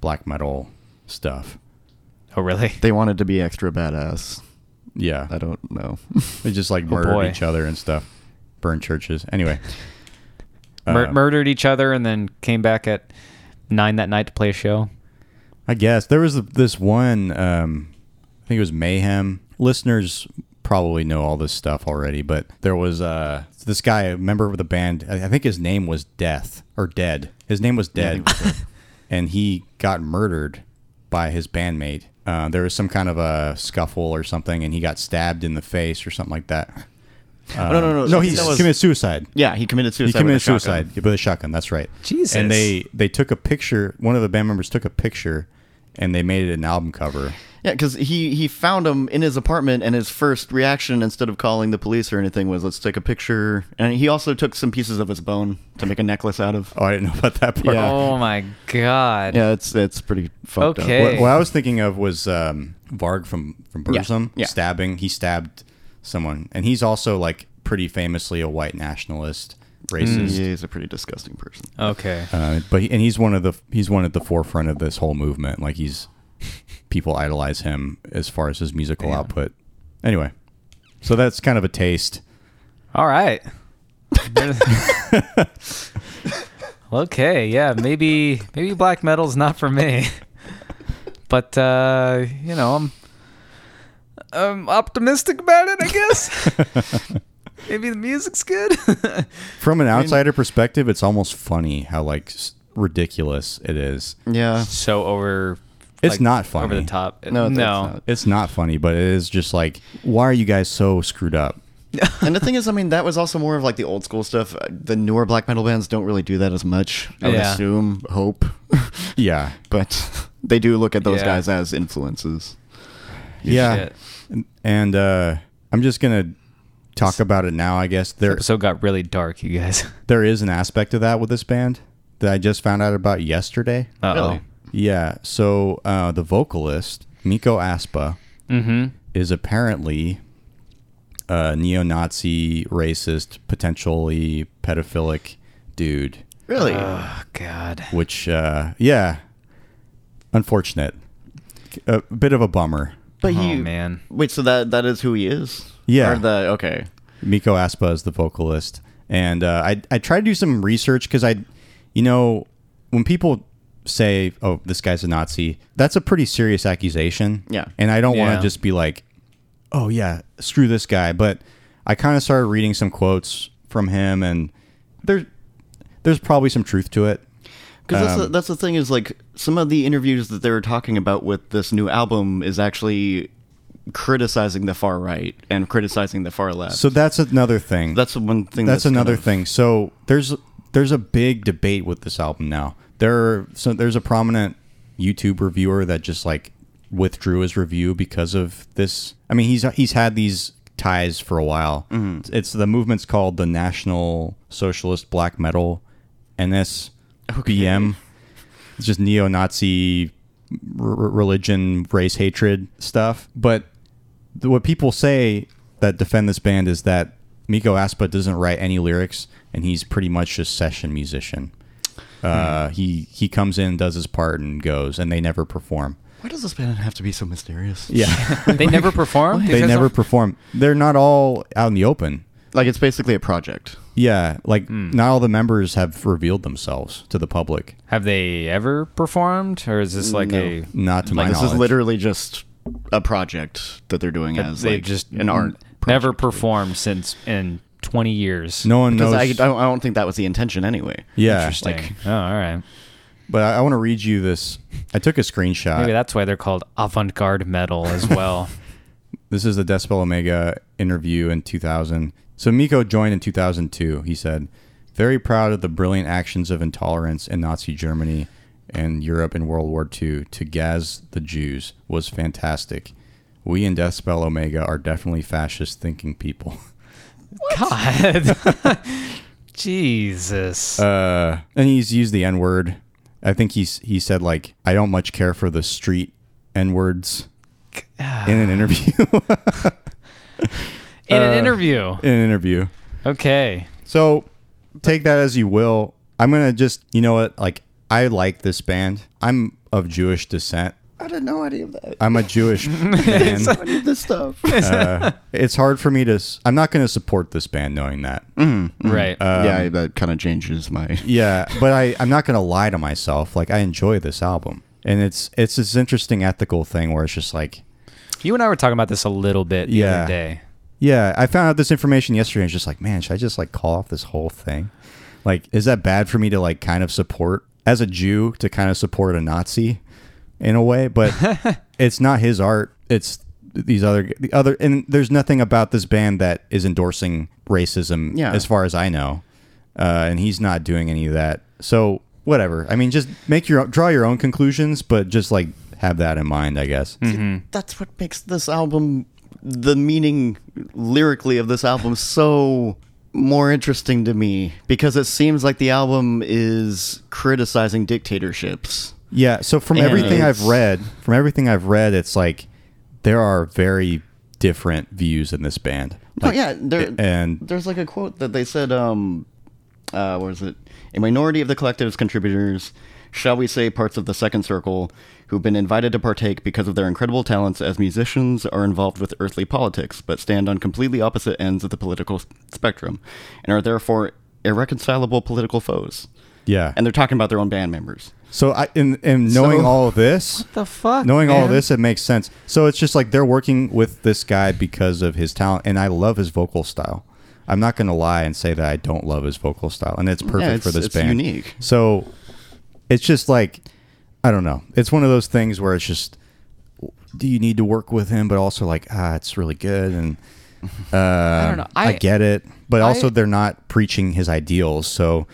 B: black metal stuff.
A: oh, really?
C: they wanted to be extra badass.
B: Yeah,
C: I don't know.
B: they just like murdered
A: Oh, boy.
B: each other and stuff, burned churches. Anyway,
A: Mur-
B: uh,
A: murdered each other and then came back at nine that night to play a show.
B: I guess there was this one. Um, I think it was Mayhem. Listeners probably know all this stuff already, but there was uh, this guy, a member of the band. I I think his name was Death or Dead. His name was Dead, and he got murdered by his bandmate. Uh, there was some kind of a scuffle or something, and he got stabbed in the face or something like that.
C: Oh, no, no, no.
B: No,
C: I
B: he
C: think that was-
B: committed suicide.
C: yeah, he committed
B: He
C: suicide. with a
B: committed
C: shotgun.
B: suicide with a shotgun. That's right.
A: Jesus.
B: And they they took a picture. One of the band members took a picture, and they made it an album cover.
C: Yeah, because he he found him in his apartment, and his first reaction, instead of calling the police or anything, was let's take a picture. And he also took some pieces of his bone to make a necklace out of.
B: Oh, I didn't know about that part.
C: Yeah.
A: Oh my god.
C: Yeah, it's it's pretty fucked up.
A: Okay.
B: What, what I was thinking of was um, Varg from from
C: Yeah,
B: Burzum
C: yeah.
B: stabbing. He stabbed someone, and he's also like pretty famously a white nationalist, racist.
C: He is a pretty disgusting person.
A: Okay.
B: Uh, but he, and he's one of the he's one at the forefront of this whole movement. Like he's people idolize him as far as his musical output. Anyway, so that's kind of a taste.
A: All right. okay, yeah, maybe maybe black metal's not for me. But uh, you know, I'm I'm optimistic about it, I guess. maybe the music's good.
B: From an outsider perspective, it's almost funny how like s- ridiculous it is.
C: Yeah,
A: so over
B: It's not funny.
A: Over the top.
C: No, that's not.
B: It's not funny, but it is just like, why are you guys so screwed up?
C: and the thing is, I mean, that was also more of like the old school stuff. The newer black metal bands don't really do that as much. I would
A: Yeah.
C: assume, hope,
B: Yeah,
C: but they do look at those
A: Yeah.
C: guys as influences.
B: yeah.
A: Shit.
B: And- And uh, I'm just gonna talk about it now. I guess there
A: Episode got really dark, you guys.
B: there is an aspect of that with this band that I just found out about yesterday.
A: Uh oh.
C: Really?
B: Yeah. So uh, the vocalist Miko Aspa
A: Mm-hmm.
B: is apparently a neo-Nazi, racist, potentially pedophilic dude.
C: Really?
A: Oh god.
B: Which, uh, yeah, unfortunate. A bit of a bummer.
C: but he
A: Oh man.
C: wait. So that that is who he is.
B: Yeah.
C: Or the okay.
B: Miko Aspa is the vocalist, and uh, I I tried to do some research because I, you know, when people say, "Oh, this guy's a Nazi," that's a pretty serious accusation.
C: Yeah.
B: and I don't want
A: Yeah.
B: to just be like, "Oh yeah, screw this guy." But I kind of started reading some quotes from him, and there's there's probably some truth to it.
C: Because that's, the,
B: Um,
C: that's the thing is like some of the interviews that they were talking about with this new album is actually criticizing the far right and criticizing the far left.
B: So that's another thing.
C: that's the one thing.
B: that's,
C: kind
B: another
C: of-
B: thing. So there's there's a big debate with this album now. There are, so there's a prominent YouTube reviewer that just like withdrew his review because of this. I mean, he's he's had these ties for a while. It's, it's the movement's called the National Socialist Black Metal, NSBM. It's just neo-Nazi r- r- religion, race hatred stuff. But th- what people say that defend this band is that Miko Aspa doesn't write any lyrics, and he's pretty much just session musician. Uh,
C: Hmm.
B: He he comes in, does his part, and goes, and they never perform.
C: Why does this band have to be so mysterious?
B: Yeah,
A: They never perform.
B: they
A: Because
B: never
A: of-
B: perform. They're not all out in the open.
C: Like it's basically a project.
B: Yeah, like
C: Hmm.
B: not all the members have revealed themselves to the public.
A: have they ever performed, or is this like
C: No.
A: a?
B: Not to
C: like
B: my
C: this
B: knowledge.
C: is literally just a project that they're doing as
A: They
C: like
A: just
C: an art.
A: never performed since in twenty years.
B: no one
C: Because
B: knows.
C: I, I don't, I don't think that was the intention anyway.
B: yeah,
A: Interesting.
B: like-
A: oh, all right.
B: but I, I want to read you this. I took a screenshot.
A: Maybe that's why they're called avant-garde metal as well.
B: This is the Decibel Omega interview in 2000. So Miko joined in 2002. He said, "Very proud of the brilliant actions of intolerance in Nazi Germany and Europe in World War II. To Gaz the Jews was fantastic. We in Decibel Omega are definitely fascist-thinking people."
A: God. Jesus.
B: Uh, and he's used the N word. I think he's he said like, "I don't much care for the street N words." In an interview,
A: in an interview.
B: in an interview.
A: Okay.
B: So take that as you will. I'm gonna just you know what? Like I like this band. I'm of Jewish descent.
C: I didn't know any of that.
B: I'm a Jewish man.
C: I need this stuff.
B: Uh, it's hard for me to. s- I'm not gonna support this band knowing that.
A: Right.
B: uh,
C: yeah,
B: Um,
C: I- that kind of changes my.
B: Yeah, but I I'm not gonna lie to myself. Like I enjoy this album, and it's it's this interesting ethical thing where it's just like.
A: you and I were talking about this a little bit the
B: Yeah.
A: other day.
B: Yeah, I found out this information yesterday. and was just like, man, should I just like call off this whole thing? Like, is that bad for me to like kind of support as a Jew to kind of support a Nazi in a way? But it's not his art. It's these other the other and there's nothing about this band that is endorsing racism
C: Yeah.
B: as far as I know. Uh, and he's not doing any of that. So whatever. I mean, just make your draw your own conclusions, but just like have that in mind, I guess.
C: That's what makes this album, the meaning lyrically of this album, so more interesting to me because it seems like the album is criticizing dictatorships.
B: Yeah. So from
C: And
B: everything
C: it's-
B: I've read, from everything I've read, it's like there are very different views in this band.
C: No,
B: Like,
C: Oh, yeah, there,
B: and
C: there's like a quote that they said, um, uh, where is it? A minority of the collective's contributors, shall we say parts of the second circle, who've been invited to partake because of their incredible talents as musicians are involved with earthly politics, but stand on completely opposite ends of the political s- spectrum, and are therefore irreconcilable political foes.
B: yeah.
C: And they're talking about their own band members.
B: so I and, and knowing
C: So-
B: all of this,
A: The fuck?
B: knowing all of this, it makes sense. So it's just like they're working with this guy because of his talent, and I love his vocal style. I'm not going to lie and say that I don't love his vocal style, and it's perfect
C: it's-
B: for this
C: it's
B: band.
C: unique.
B: So it's just like I don't know. It's one of those things where it's just do you need to work with him, but also like ah, it's really good, and uh, I
A: don't know. I-
B: get it, but also
A: I- Mm-hmm.
B: they're not preaching his ideals, so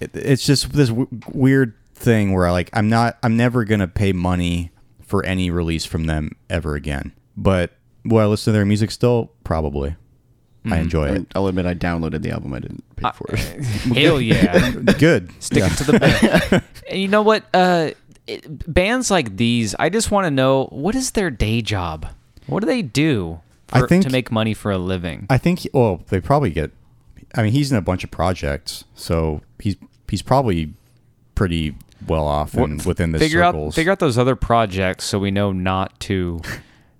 B: it, it's just this w- weird thing where I like I'm not I'm never gonna pay money for any release from them ever again. But will I listen to their music still? Probably.
A: Mm-hmm.
B: I enjoy
C: And I'll admit I downloaded the album. I didn't pay for it.
A: Hell yeah.
B: it. Good.
A: Stick it to the band. and you know what? Uh, it- bands like these, I just want to know what is their day job? What do they do
B: I
A: for,
B: think-
A: to make money for a living?
B: I think. he- Well, they probably get. I mean, he's in a bunch of projects, so he's he's probably pretty well off and within the
A: figure
B: circles.
A: out figure out those other projects so we know not to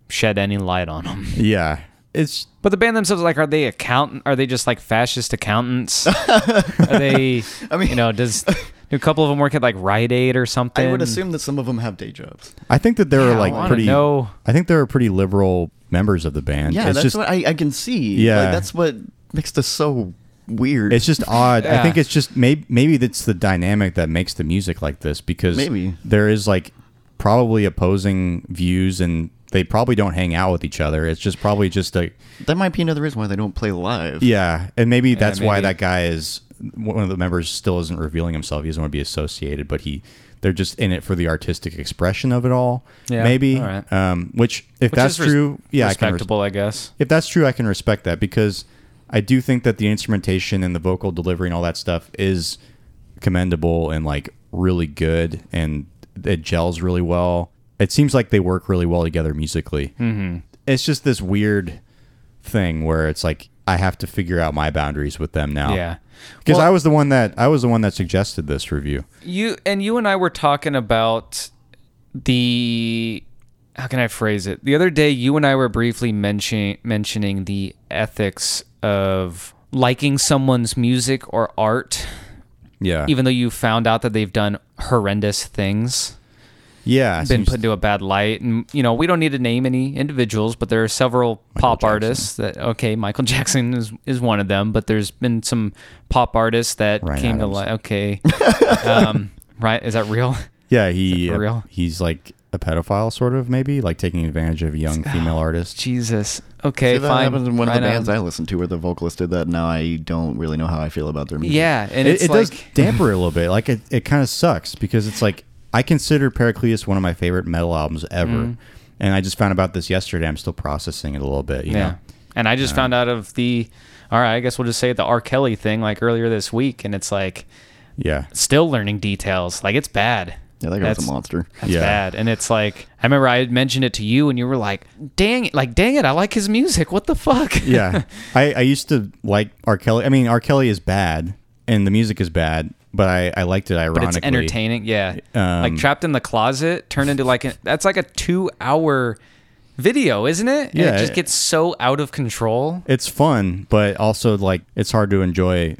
A: shed any light on them.
B: yeah, it's
A: But the band themselves, like, are they accountant? Are they just like fascist accountants? are they? I mean, you know, does do a couple of them work at like Rite Aid or something?
C: I would assume that some of them have day jobs.
B: I think that there
A: Yeah,
B: are
A: I
B: like
A: wanna
B: pretty.
A: know.
B: I think there are pretty liberal members of the band.
C: Yeah,
B: it's
C: that's
B: just
C: what I, I can see.
B: Yeah.
C: like, that's what makes this so weird.
B: it's just odd.
A: Yeah.
B: I think it's just maybe maybe that's the dynamic that makes the music like this because
C: Maybe.
B: there is like probably opposing views and they probably don't hang out with each other. It's just probably just a
C: That might be another reason why they don't play live.
B: Yeah, and maybe that's why
A: maybe.
B: that guy is one of the members still isn't revealing himself. He doesn't want to be associated, but he they're just in it for the artistic expression of it all.
A: Yeah,
B: maybe.
A: all right.
B: Um, which if
A: Which
B: that's
A: is res-
B: true, yeah, I can res-
A: respectable, I guess.
B: if that's true, I can respect that because I do think that the instrumentation and the vocal delivery and all that stuff is commendable and like really good and it gels really well. It seems like they work really well together musically. Mm-hmm. It's just this weird thing where it's like I have to figure out my boundaries with them now.
A: Yeah.
B: because
A: Well-
B: I was the one that I was the one that suggested this review.
A: You and you and I were talking about the how can I phrase it? The other day you and I were briefly mention, mentioning the ethics of liking someone's music or art
B: Yeah,
A: even though you found out that they've done horrendous things,
B: yeah,
A: been
B: seems-
A: put into a bad light and you know, we don't need to name any individuals, but there are several pop
B: Jackson.
A: artists that okay, Michael Jackson is is one of them, but there's been some pop artists that
B: Ryan
A: came to
B: Adams.
A: light. Okay. um, right, is that real?
B: yeah. He
A: Is that for real?
B: he's like a pedophile, sort of maybe like taking advantage of a young female artist.
A: Jesus. Okay,
C: See, that
A: fine.
C: happens in one of the
A: Right on.
C: bands I listened to where the vocalist did that. Now I don't really know how I feel about their music.
A: yeah, and
B: it,
A: it's
B: it
A: like,
B: does damper it a little bit. Like it, it kind of sucks because it's like I consider Pericleus one of my favorite metal albums ever,
A: Mm.
B: and I just found about this yesterday. I'm still processing it a little bit. You
A: yeah.
B: know?
A: And I just found out of the, all right, I guess we'll just say the R. Kelly thing like earlier this week, and it's like
B: yeah,
A: still learning details. Like it's bad.
C: yeah, that guy's
A: That's-
C: a monster.
A: That's
B: Yeah.
A: bad. And it's like I remember I had mentioned it to you, and you were like, "Dang it! Like dang it! I like his music. What the fuck?"
B: yeah. I, I used to like R. Kelly. I mean, R. Kelly is bad, and the music is bad, but I, I liked it
A: But
B: ironically.
A: it's entertaining. Yeah.
B: Um,
A: like trapped in the closet turned into like a, that's like a two hour video, isn't it? And
B: Yeah,
A: It just
B: it-
A: gets so out of control.
B: It's fun, but also like it's hard to enjoy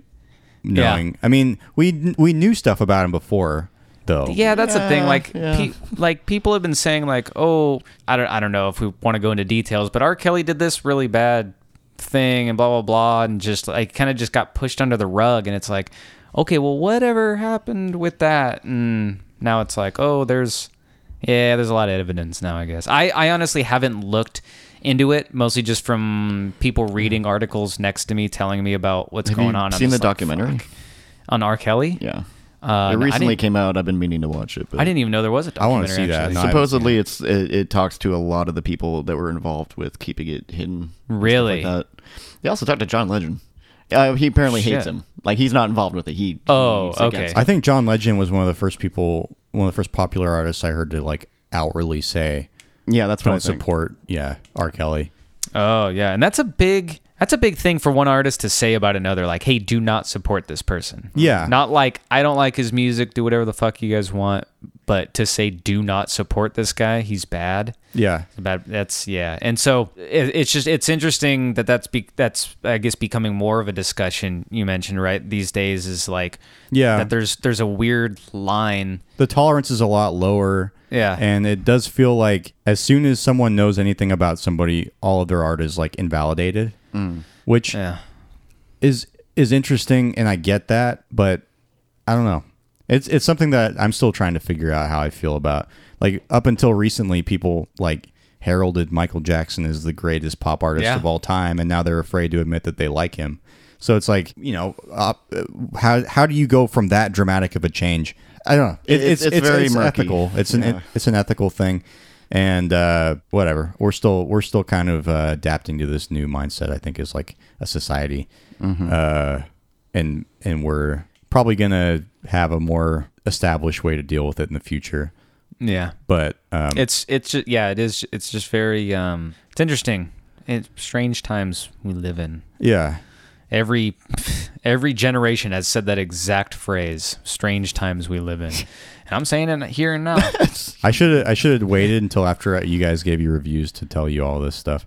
B: knowing. I mean, we we knew stuff about him before, though.
A: Yeah, that's the thing.
C: Yeah,
A: Like,
C: yeah.
A: pe- like people have been saying, like, oh, I don't, I don't know if we want to go into details, but R. Kelly did this really bad thing and blah blah blah, and just like kind of just got pushed under the rug, and it's like, okay, well, whatever happened with that, and now it's like, oh, there's, yeah, there's a lot of evidence now. I guess I, I honestly haven't looked into it, mostly just from people reading articles next to me telling me about what's
C: Mm-hmm. Have
A: going
C: you
A: on. I'm
C: seen the
A: just like,
C: documentary?
A: "Fuck." on R. Kelly?
C: Yeah.
A: Uh,
C: it
A: no, I
C: recently
A: didn't-
C: came out. I've been meaning to watch it, but
A: I didn't even know there was a
B: I
A: documentary.
B: wanna see that.
A: actually.
B: No, I haven't
C: supposedly it's it, it talks to a lot of the people that were involved with keeping it hidden. and stuff
A: Really?
C: Like that. They also talked to John Legend. Uh, he apparently hates
A: Shit.
C: him. Like he's not involved with it. He
A: Oh,
C: he's against
A: okay.
C: it.
B: I think John Legend was one of the first people, one of the first popular artists I heard to like outwardly say
C: Yeah, that's what I
B: don't
C: think.
B: support. Yeah, R. Kelly.
A: Oh yeah, and that's a big that's a big thing for one artist to say about another. Like, hey, do not support this person.
B: Yeah.
A: Not like I don't like his music. Do whatever the fuck you guys want, but to say do not support this guy, he's bad.
B: Yeah,
A: Bad. That's yeah. And so it, it's just it's interesting that that's be, that's I guess becoming more of a discussion. You mentioned right these days is like
B: Yeah.
A: that there's there's a weird line.
B: the tolerance is a lot lower.
A: Yeah.
B: and it does feel like as soon as someone knows anything about somebody, all of their art is like invalidated, which
A: Mm. Yeah.
B: is is interesting, and I get that, but I don't know. It's it's something that I'm still trying to figure out how I feel about. Like up until recently, people like heralded Michael Jackson as the greatest pop artist
A: Yeah.
B: of all time, and now they're afraid to admit that they like him. So it's like you know, op- uh, how how do you go from that dramatic of a change? I don't know. It, it's, it's very
C: murky.
B: ethical. It's an it's an ethical thing, and uh, whatever. We're still we're still kind of uh, adapting to this new mindset. I think is like a society, uh, and and we're probably gonna have a more established way to deal with it in the future.
A: Yeah.
B: But um,
A: it's it's just, yeah it is it's just very um it's interesting it's strange times we live in
B: yeah,
A: every every generation has said that exact phrase strange times we live in and i'm saying it here and now
B: I should I should have waited until after you guys gave your reviews to tell you all this stuff.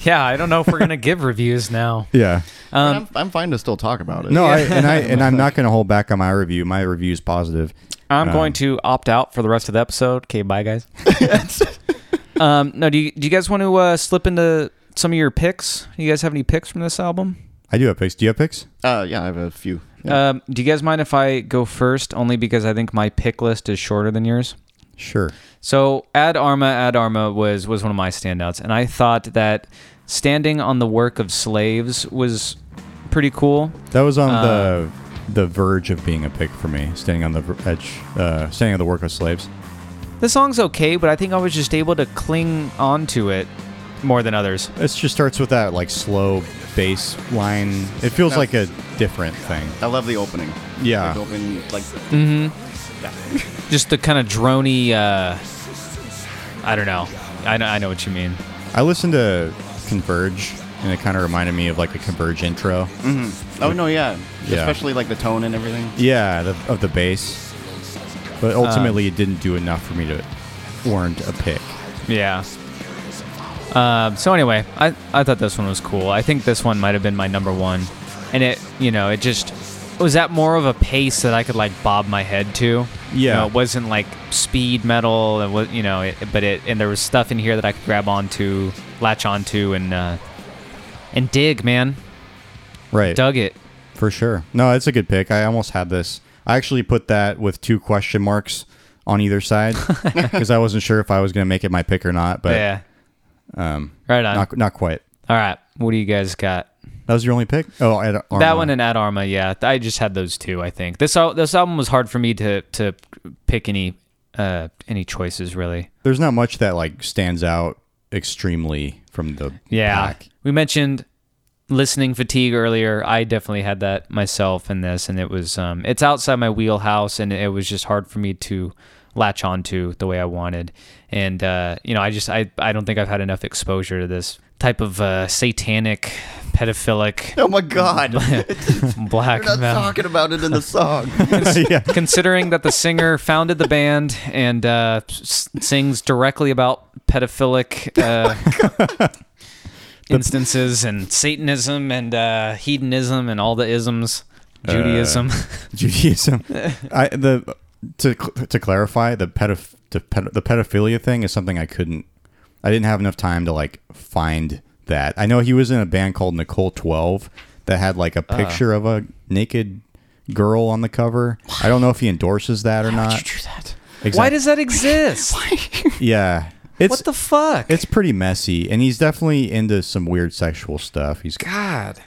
A: yeah i don't know if we're gonna give reviews now
B: Yeah.
A: Um,
C: But I'm, I'm fine to still talk about it.
B: No, I, and I and I'm not going to hold back on my review. My review is positive.
A: i'm going to opt out for the rest of the episode okay bye guys um no do you do you guys want to uh slip into some of your picks you guys have any picks from this album
B: I do have picks. Do you have picks?
C: Uh, yeah, I have a few. Yeah.
A: um do you guys mind if i go first only because i think my pick list is shorter than yours
B: Sure.
A: So Ad Arma, Ad Arma was was one of my standouts, and I thought that standing on the work of slaves was pretty cool.
B: That was on the the verge of being a pick for me, standing on the ver- edge, uh, standing on the work of slaves.
A: The song's okay, but I think I was just able to cling onto it more than others.
B: It just starts with that like slow bass line. It feels like a different thing.
C: I love the opening.
B: Yeah.
C: The opening, like
A: Just the kind of drony. Uh, I don't know. I know, I know what you mean.
B: I listened to Converge, and it kind of reminded me of like a Converge intro.
C: oh no, yeah.
B: Yeah.
C: especially like the tone and everything.
B: Yeah, the, of the bass. But ultimately, it didn't do enough for me to warrant a pick.
A: Yeah. Um, so anyway, I, I thought this one was cool. I think this one might have been my number one, and it you know it just it was at more of a pace that I could like bob my head to. you
B: Yeah.
A: know, it wasn't like speed metal and what you know, it, but it and there was stuff in here that I could grab onto, latch onto, and uh, and dig, man,
B: Right.
A: dug it.
B: For sure. No, it's a good pick. I almost had this. I actually put that with two question marks on either side because I wasn't sure if I was going to make it my pick or not, but um,
A: yeah, right on.
B: not, not quite.
A: All right, what do you guys got?
B: That was your only pick? Oh, I had Arma.
A: That one and Ad Arma, yeah. I just had those two. I think this al- this album was hard for me to to pick any uh any choices really.
B: There's not much that like stands out extremely from the
A: Yeah,
B: pack.
A: we mentioned listening fatigue earlier. I definitely had that myself in this, and it was um it's outside my wheelhouse, and it was just hard for me to latch onto the way I wanted. And uh, you know, I just I I don't think I've had enough exposure to this type of uh, satanic, pedophilic,
C: Oh my god,
A: black
C: not
A: metal.
C: talking about it in the song.
B: yeah.
A: considering that the singer founded the band and uh, s- sings directly about pedophilic uh, instances and Satanism and uh, hedonism and all the isms,
B: Uh,
A: Judaism.
B: Judaism. I the to cl- to clarify the pedoph- to ped- the pedophilia thing is something I couldn't. I didn't have enough time to like find that. I know he was in a band called Nicole Twelve that had like
A: Uh-huh.
B: a picture of a naked girl on the cover. I don't know if he endorses that or not.
A: Why does that exist?
B: yeah? It's
A: What the fuck?
B: it's pretty messy, and he's definitely into some weird sexual stuff. He's
A: God.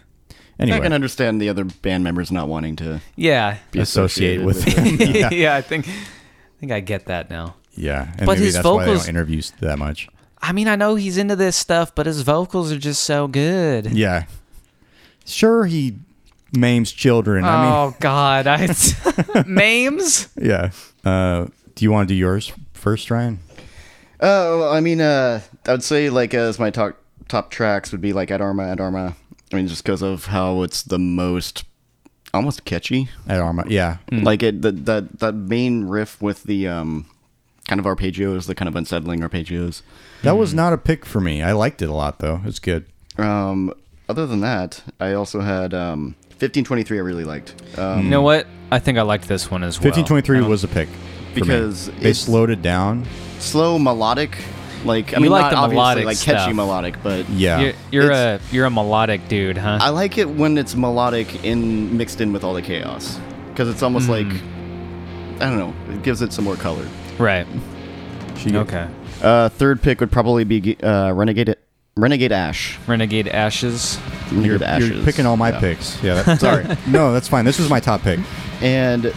B: anyway
C: I can understand the other band members not wanting to
A: Yeah.
C: be
B: associate
C: associated
B: with
C: it.
B: him.
A: yeah. I think I think I get that now.
B: yeah, and
A: But
B: maybe
A: his
B: that's why they
A: vocals-
B: don't interview s- that much.
A: I mean, I know he's into this stuff, but his vocals are just so good.
B: Yeah. Sure, he maims children. I
A: oh God, I memes.
B: mean, yeah. Uh, do you want to do yours first, Ryan?
C: Uh, well, I mean, uh, I would say like as my top top tracks would be like Ad Arma, Ad Arma. I mean, just because of how it's the most almost catchy.
B: At Arma, yeah,
C: Like it, the that that main riff with the um kind of arpeggios, the kind of unsettling arpeggios.
B: that was not a pick for me. I liked it a lot though. It's good.
C: Um, other than that, I also had um. 1523 I really liked. Um,
A: You know what? I think I liked this one as well.
B: Hmm. Fifteen twenty three was a pick for me.
C: Because
B: they
C: it's-
B: slowed it down.
C: slow melodic, like I
A: You
C: mean
A: like
C: not
A: the
C: obviously
A: melodic
C: like catchy
A: stuff.
C: melodic, but
B: Yeah,
A: You're, you're a
C: It's-
A: you're a melodic dude, huh?
C: I like it when it's melodic in mixed in with all the chaos because it's almost like
A: Hmm.
C: I don't know, it gives it some more color.
A: right.
B: She-
A: Okay.
C: Uh, third pick would probably be uh, Renegade Renegade Ash.
A: Renegade Ashes.
C: Renegade
B: You're, you're
C: Ashes.
B: picking all my
C: Yeah.
B: picks. Yeah, that, sorry. no, that's fine. This was my top pick.
C: And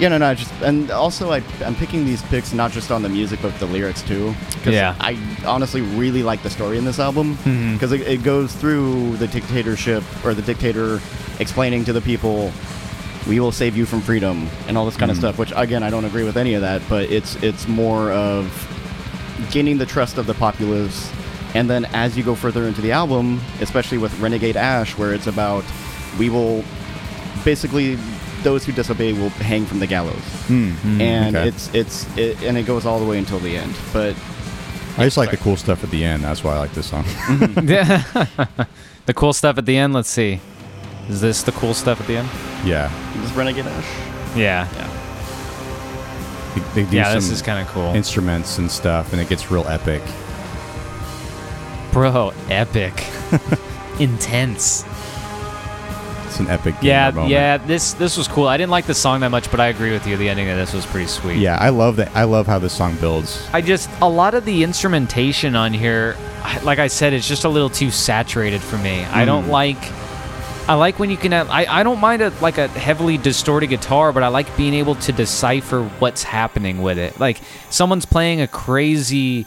C: yeah, no, no, I just and also I I'm picking these picks not just on the music but the lyrics too. 'cause
A: Yeah.
C: I honestly really like the story in this album because it, it goes through the dictatorship or the dictator explaining to the people, "We will save you from freedom" and all this kind of stuff. Which again, I don't agree with any of that, but it's it's more of gaining the trust of the populace. And then as you go further into the album, especially with Renegade Ash, where it's about we will basically those who disobey will hang from the gallows. and
B: Hmm, okay.
C: it's it's it, and it goes all the way until the end. But
B: I just like the cool stuff at the end. That's why I like this song.
A: the cool stuff at the end. Let's see. Is this the cool stuff at the end?
B: yeah,
C: this Renegade Ash,
A: Yeah.
C: yeah,
B: they, they do
A: Yeah. This
B: some
A: is kind of cool,
B: instruments and stuff, and it gets real epic.
A: bro. Epic. Intense.
B: It's an epic. gamer
A: Yeah.
B: moment.
A: Yeah. This this was cool. I didn't like the song that much, but I agree with you. The ending of this was pretty sweet.
B: Yeah, I love that. I love how this song builds.
A: I just a lot of the instrumentation
B: Hmm.
A: on here, I- like I said, it's just a little too saturated for me. I don't like I like when you can. Have, I I don't mind a like a heavily distorted guitar, but I like being able to decipher what's happening with it. Like someone's playing a crazy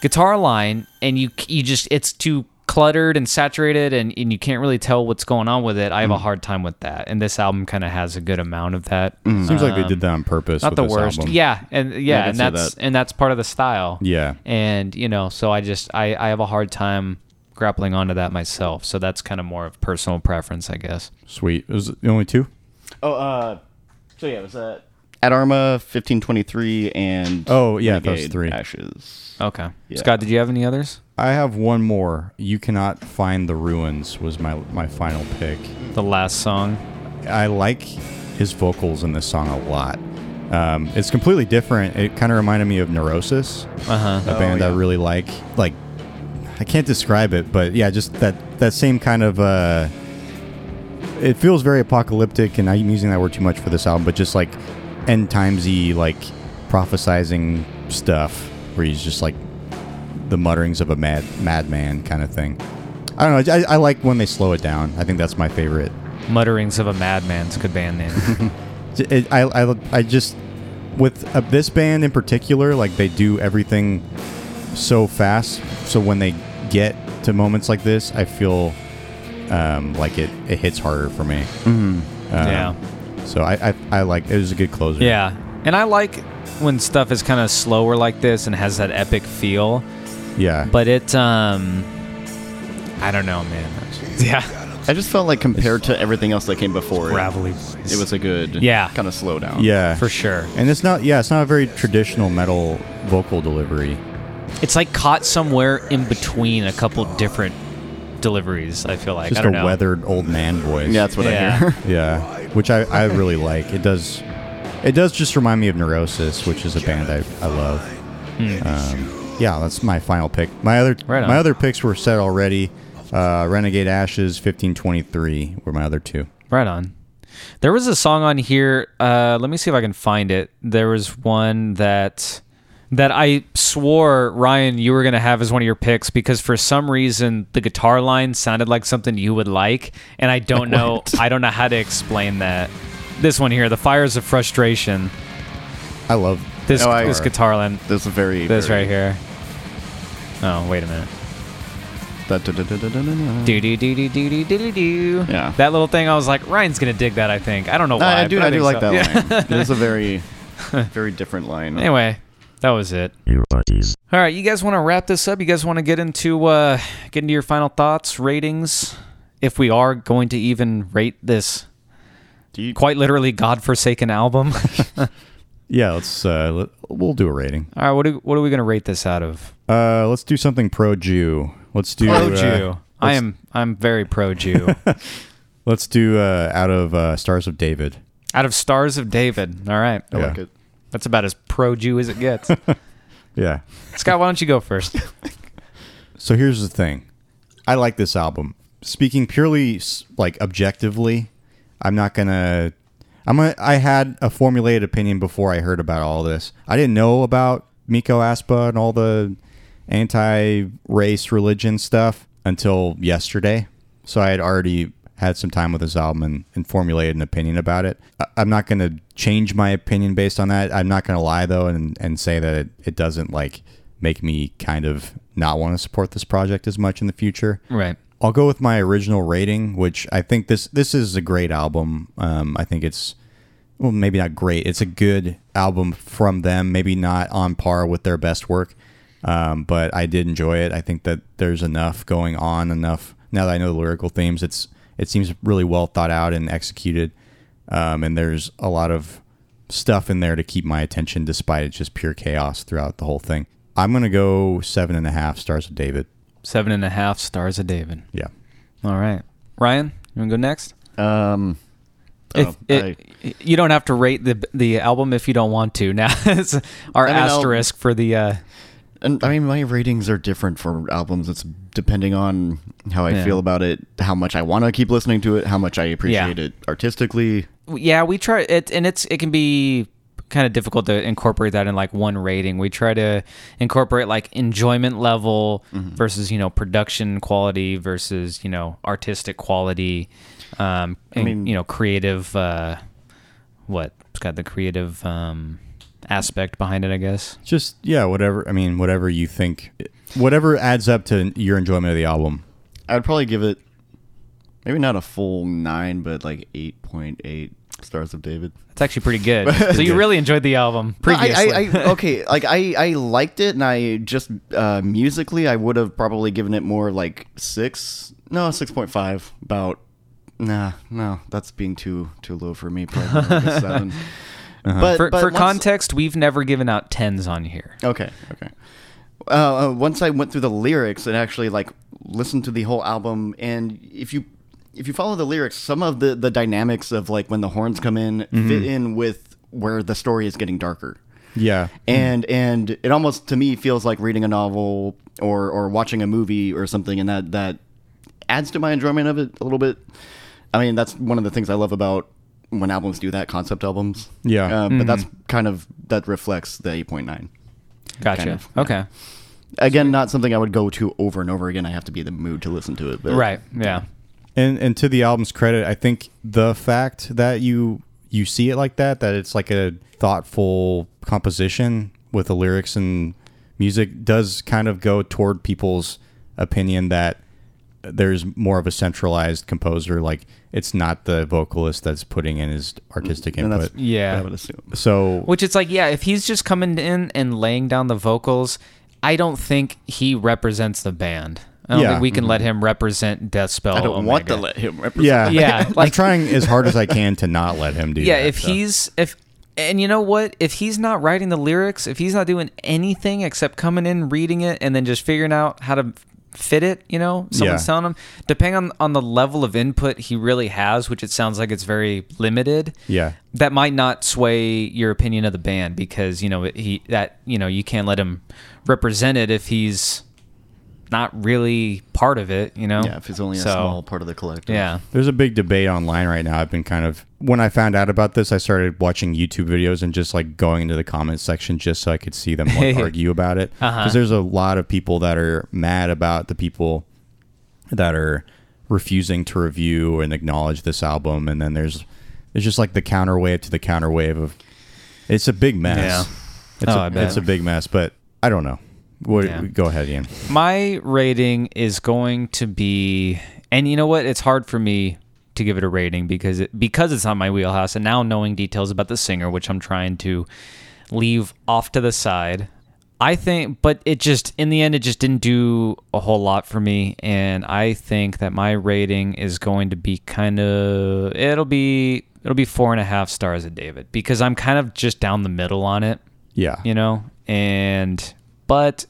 A: guitar line, and you you just it's too cluttered and saturated, and, and you can't really tell what's going on with it. I have
B: Hmm.
A: a hard time with that, and this album kind of has a good amount of that.
B: Hmm. Seems like they did that on purpose.
A: Not
B: with
A: the
B: this
A: worst,
B: album.
A: yeah, and yeah,
C: can
A: and
C: see
A: that's
C: that.
A: and that's part of the style.
B: Yeah.
A: and you know, so I just I I have a hard time grappling onto that myself. So that's kind of more of personal preference, I guess.
B: Sweet. It was the only two.
C: Oh, uh, so yeah, it was that At Arma, 1523, and
B: Oh, yeah, those
C: Renegade
B: three.
C: Ashes.
A: Okay.
C: Yeah.
A: Scott, did you have any others?
B: I have one more. You cannot find the ruins was my my final pick.
A: The last song.
B: I like his vocals in this song a lot. Um, it's completely different. It kind of reminded me of Neurosis,
A: Uh huh.
B: a band I
C: yeah.
B: really like. Like, I can't describe it, but yeah, just that that same kind of. Uh, it feels very apocalyptic, and I'm using that word too much for this album, but just like end timesy, like prophesizing stuff, where he's just like the mutterings of a mad madman kind of thing. I don't know. I, I like when they slow it down. I think that's my favorite
A: Mutterings of a Madman's good band name.
B: it, I, I, I just with uh, this band in particular like they do everything so fast so when they get to moments like this i feel um, like it, it hits harder for me
A: yeah.
B: so I, I, I like it was a good closer
A: Yeah. And I like when stuff is kind of slower like this and has that epic feel,
B: yeah
A: but it um I don't know, man. Yeah.
C: I just felt like compared to everything else that came before, it,
A: Gravelly.
C: it was a good
A: Yeah.
C: kind of slowdown.
B: yeah
A: for sure.
B: and it's not yeah it's not a very traditional metal vocal delivery
A: It's like caught somewhere in between a couple different deliveries, I feel like.
B: just
A: I
B: a
A: don't know.
B: weathered old man voice
C: Yeah, that's what I
A: Yeah.
C: hear.
B: yeah which I, I really like it does it does just remind me of neurosis which is a band i, I love um, yeah that's my final pick my other
A: Hmm. Right on.
B: my other picks were set already uh, renegade ashes 1523 were my other two
A: Right on. There was a song on here. Uh, let me see if I can find it. There was one that that I swore Ryan you were gonna have as one of your picks because for some reason the guitar line sounded like something you would like, and I don't know. I don't know how to explain that. This one here, the fires of frustration.
B: i love
A: This
C: No, Oh, I-
A: this guitar line.
C: There's a very
A: This
C: very,
A: right here. Oh wait a minute.
C: Da, da, da, da, da, da, da.
A: Do do do do do do do do.
C: Yeah.
A: That little thing. I was like, Ryan's gonna dig that. I think. Oh, I don't know
C: No,
A: why.
C: I do.
A: but
C: I do
A: think
C: like
A: so. Yeah.
C: that line. It is a very, very different line.
A: Anyway, that was it.
D: Everybody's
A: All right, you guys want to wrap this up? You guys want to get into uh, get into your final thoughts, ratings, if we are going to even rate this
C: do you
A: quite literally godforsaken album. All
B: yeah let's uh, let, we'll do a rating
A: right, what are, what are we going to rate this out of?
B: uh, let's do something pro jew let's do
A: Pro
B: uh,
A: Jew. I am I'm very pro Jew.
B: let's do uh, out of uh, stars of david
A: out of Stars of David. All right,
B: yeah.
C: like it?
A: that's about as pro Jew as it gets.
B: yeah
A: Scott, why don't you go first?
B: So here's the thing. I like this album. Speaking purely s- like objectively, I'm not going to I'm gonna, I had a formulated opinion before I heard about all this. I didn't know about Miko Aspa and all the anti-race religion stuff until yesterday. So I had already had some time with this album and, and formulated an opinion about it. I, I'm not going to change my opinion based on that. I'm not going to lie though and, and say that it, it doesn't like make me kind of not want to support this project as much in the future.
A: right.
B: I'll go with my original rating, which I think this this is a great album. Um, I think it's well, maybe not great. It's a good album from them. Maybe not on par with their best work, um, but I did enjoy it. I think that there's enough going on. Enough now that I know the lyrical themes. It's it seems really well thought out and executed, um, and there's a lot of stuff in there to keep my attention, despite it's just pure chaos throughout the whole thing. I'm gonna go seven and a half stars of David.
A: Seven and a half Stars of David.
B: Yeah.
A: All right, Ryan, you want to go next?
C: Um,
A: If,
C: Oh,
A: it, you don't have to rate the the album if you don't want to. Now it's our
C: I mean, I'll-
A: asterisk for the. Uh,
C: and I mean, my ratings are different for albums. It's depending on how I
A: Yeah.
C: feel about it, how much I want to keep listening to it, how much I appreciate
A: Yeah.
C: it artistically.
A: yeah, we try it, and it's it can be kind of difficult to incorporate that in like one rating. We try to incorporate like enjoyment
C: Mm-hmm.
A: level versus you know production quality versus you know artistic quality. Um, and,
C: mean-
A: you know, creative. Uh, what? It's got the creative um, aspect behind it, I guess.
B: Just yeah, whatever. I mean, whatever you think, whatever adds up to your enjoyment of the album.
C: I'd probably give it maybe not a full nine, but like eight point eight stars of David.
A: It's actually pretty good. so you really enjoyed the album previously.
C: I, I, I, okay, like I, I liked it, and I just uh, musically, I would have probably given it more like six, no, six point five, about. Nah, no, that's being too too low for me. Probably like a seven. But
A: Uh-huh. for
C: but
A: for
C: once-
A: context, we've never given out tens on here.
C: Okay, okay. Uh, uh, once I went through the lyrics and actually like listened to the whole album, and if you if you follow the lyrics, some of the the dynamics of like when the horns come in
A: Mm-hmm.
C: fit in with where the story is getting darker.
B: Yeah,
C: and and it almost to me feels like reading a novel or or watching a movie or something and that that adds to my enjoyment of it a little bit i mean that's one of the things i love about when albums do that concept albums
B: Yeah.
C: uh, but
A: Mm-hmm.
C: that's kind of that reflects the 8.9
A: Gotcha.
C: Kind of,
A: okay.
C: again not something i would go to over and over again i have to be in the mood to listen to it but
A: Right. Yeah.
B: and and to the album's credit, I think the fact that you you see it like that, that it's like a thoughtful composition with the lyrics and music, does kind of go toward people's opinion that there's more of a centralized composer. Like it's not the vocalist that's putting in his artistic
C: and
B: input.
C: that's
A: Yeah.
C: what i would assume
B: So
A: Which it's like, yeah, if he's just coming in and laying down the vocals, I don't think he represents the band. I don't
B: Yeah.
A: think we can let him represent Death Spell.
C: i don't want to
A: Omega.
C: let him represent
B: yeah,
A: Yeah,
B: I'm
A: like-
B: trying as hard as I can to not let him do.
A: Yeah,
B: that,
A: if
B: so.
A: he's if and you know what? If he's not writing the lyrics, if he's not doing anything except coming in, reading it, and then just figuring out how to fit it, you know, someone's
B: Yeah.
A: telling him. Depending on, on the level of input he really has, which it sounds like it's very limited.
B: Yeah.
A: That might not sway your opinion of the band because, you know, it- he that you know, you can't let him represent it if he's not really part of it, you know?
C: yeah if he's only a
A: So,
C: small part of the collective
A: Yeah.
B: There's a big debate online right now. I've been kind of when I found out about this, I started watching YouTube videos and just like going into the comment section just so I could see them like, argue about it.
A: Uh-huh.
B: Because there's a lot of people that are mad about the people that are refusing to review and acknowledge this album, and then there's there's just like the counterwave to the counterwave of it's a big mess.
A: Yeah.
B: It's,
A: Oh,
B: a,
A: I bet.
B: it's a big mess, but I don't know. What,
A: Yeah.
B: Go ahead, Ian.
A: My rating is going to be, and you know what? It's hard for me to give it a rating because it, because it's not my wheelhouse, and now knowing details about the singer, which I'm trying to leave off to the side. I think, but it just in the end, it just didn't do a whole lot for me, and I think that my rating is going to be kind of it'll be it'll be four and a half stars of David because I'm kind of just down the middle on it
B: Yeah.
A: you know and but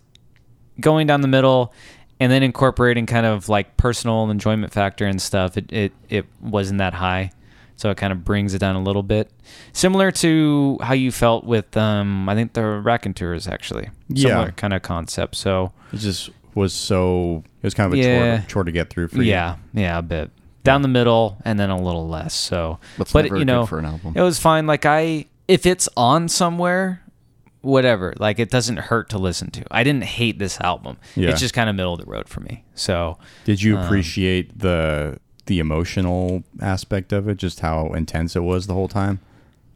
A: going down the middle and then incorporating kind of like personal enjoyment factor and stuff it it, it wasn't that high so it kind of brings it down a little bit similar to how you felt with um i think the raconteurs actually
B: Yeah.
A: similar kind of concept so
B: It just was so. It was kind of a
A: Yeah.
B: chore, chore to get through for you.
A: yeah yeah a bit down the middle and then a little less so
C: That's
A: but
C: never
A: you
C: good
A: know
C: for an album.
A: it was fine like i if it's on somewhere whatever like it doesn't hurt to listen to i didn't hate this album
B: Yeah.
A: it's just kind of middle of the road for me so
B: Did
A: Um,
B: you appreciate the the emotional aspect of it? Just how intense it was the whole time?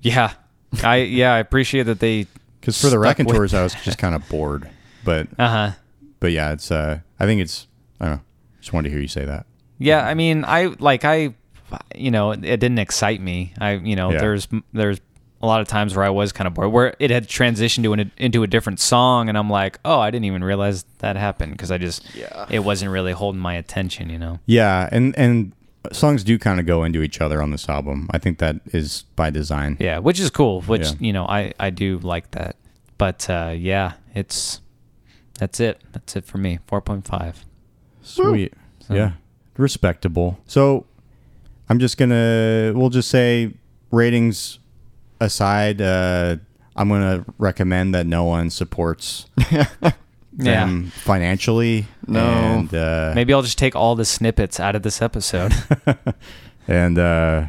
A: yeah i yeah i appreciate that they
B: Because for the
A: Stuck with-
B: Raconteurs, I was just kind of bored. But
A: uh-huh
B: but yeah, it's. Uh, I think it's. I don't know. Just wanted to hear you say that.
A: Yeah, I mean, I like I, you know, it, it didn't excite me. I, you know,
B: Yeah.
A: there's there's a lot of times where I was kind of bored, where it had transitioned to an, into a different song, and I'm like, oh, I didn't even realize that happened because I just, yeah. it wasn't really holding my attention, you know.
B: Yeah, and and songs do kind of go into each other on this album. I think that is by design.
A: Yeah, which is cool. Which
B: Yeah.
A: you know, I I do like that. But uh, yeah, it's that's it. That's it for me. Four point five.
B: Sweet. Yeah. Respectable. So I'm just going to, we'll just say ratings aside, uh, I'm going to recommend that no one supports
A: Yeah.
B: them financially.
C: No.
B: And, uh,
A: Maybe I'll just take all the snippets out of this episode.
B: and uh,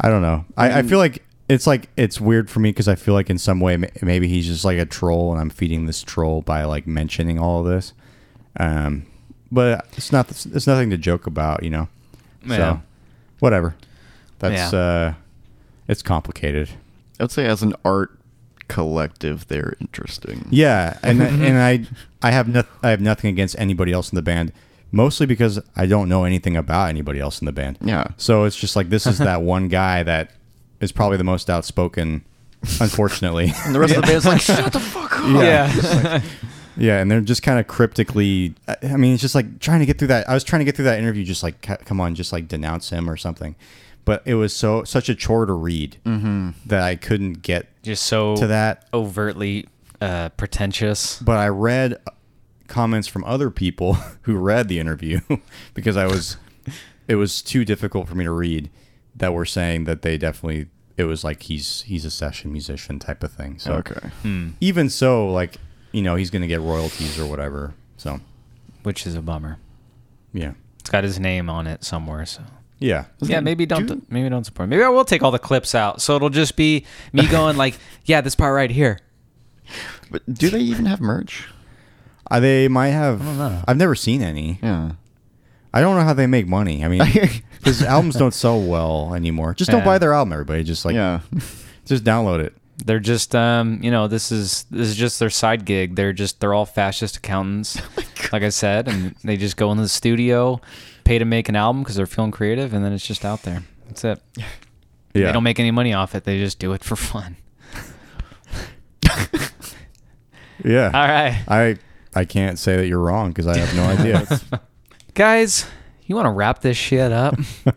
B: I don't know. I, I feel like it's like, it's weird for me because I feel like in some way, ma- maybe he's just like a troll and I'm feeding this troll by like mentioning all of this. Um, but it's not, it's nothing to joke about, you know?
A: Yeah.
B: So Whatever. That's uh, it's complicated.
C: I would say as an art collective, they're interesting.
B: Yeah, and and I I have no, I have nothing against anybody else in the band, mostly because I don't know anything about anybody else in the band.
C: Yeah.
B: So it's just like this is that one guy that is probably the most outspoken, unfortunately.
C: And the rest of the band's like, shut the fuck up.
A: Yeah.
B: yeah, and they're just kind of cryptically. I I mean, it's just like trying to get through that. I was trying to get through that interview, just like c- come on, just like denounce him or something. But it was so such a chore to read
C: Mm-hmm.
B: that I couldn't get
A: Just so
B: to that.
A: overtly uh, pretentious.
B: but I read comments from other people who read the interview because I was it was too difficult for me to read that were saying that they definitely it was like he's he's a session musician type of thing. So
C: Okay.
B: even so, like you know, he's gonna get royalties or whatever. So
A: which is a bummer.
B: yeah,
A: It's got his name on it somewhere, so.
B: yeah,
A: Yeah, maybe don't maybe don't support. Maybe I will take all the clips out, so it'll just be me going like, "Yeah, this part right here."
C: But do they even have merch?
B: Uh, they might have. I've never seen any.
C: Yeah.
B: I don't know how they make money. I mean, because albums don't sell well anymore. Just don't
A: Yeah.
B: buy their album, everybody. Just like
C: Yeah.
B: just download it.
A: They're just, um, you know, this is this is just their side gig. They're just they're all fascist accountants, like I said, and they just go into the studio, pay to make an album because they're feeling creative, and then it's just out there. That's it.
B: Yeah,
A: They don't make any money off it. They just do it for fun.
B: yeah.
A: All right,
B: I I can't say that you're wrong because I have no idea.
A: guys, you want to wrap this shit up?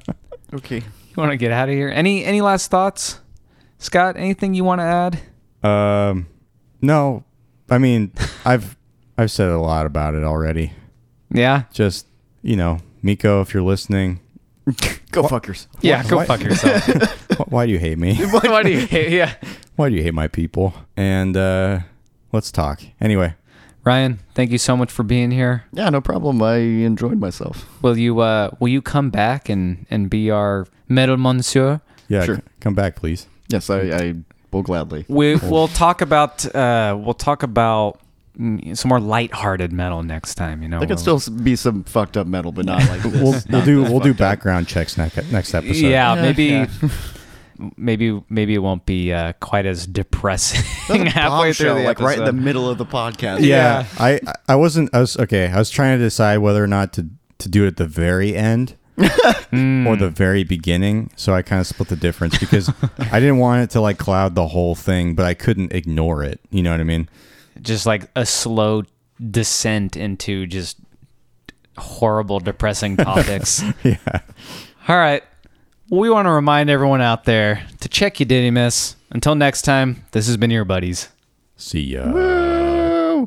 C: Okay.
A: You want to get out of here? Any any last thoughts, Scott? Anything you want to add?
B: um, no, I mean I've I've said a lot about it already.
A: Yeah,
B: Just you know, Miko, if you're listening,
C: Go fuck yourself.
A: yeah. Go
B: why-
A: fuck yourself.
B: wh- why do you hate me?
A: Why do you hate? Yeah,
B: Why do you hate my people? And uh, let's talk anyway.
A: Ryan, thank you so much for being here.
C: Yeah, no problem. I enjoyed myself.
A: Will you uh will you come back and and be our metal monsieur?
B: Yeah,
C: Sure.
B: c- come back, please.
C: Yes, I, I will gladly.
A: We we'll talk about uh we'll talk about mm, some more lighthearted metal next time. You know,
C: There could
A: We'll-
C: still be some fucked up metal, but not like this.
B: Oh. We'll, we'll
C: Not
B: do
C: this
B: we'll do
C: fucked up.
B: background checks next next episode.
A: yeah,
C: Yeah,
A: maybe.
C: yeah.
A: Maybe maybe it won't be uh, quite as depressing
C: That's a
A: halfway through
C: bombshell,
A: the
C: like right in the
A: episode.
C: middle of the podcast.
B: yeah.
A: Yeah.
B: I I- I wasn't. I was okay. I was trying to decide whether or not to to do it at the very end or the very beginning. So I kind of split the difference because I didn't want it to like cloud the whole thing, but I couldn't ignore it. You know what I mean?
A: just like a slow descent into just horrible, depressing topics. yeah. All right. We want to remind everyone out there to check you didn't miss. Until next time, this has been your buddies.
B: See ya.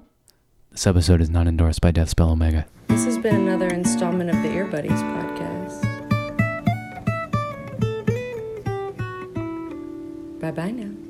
A: This episode is not endorsed by Death Spell Omega.
D: This has been another installment of the Ear Buddies podcast. Bye bye now.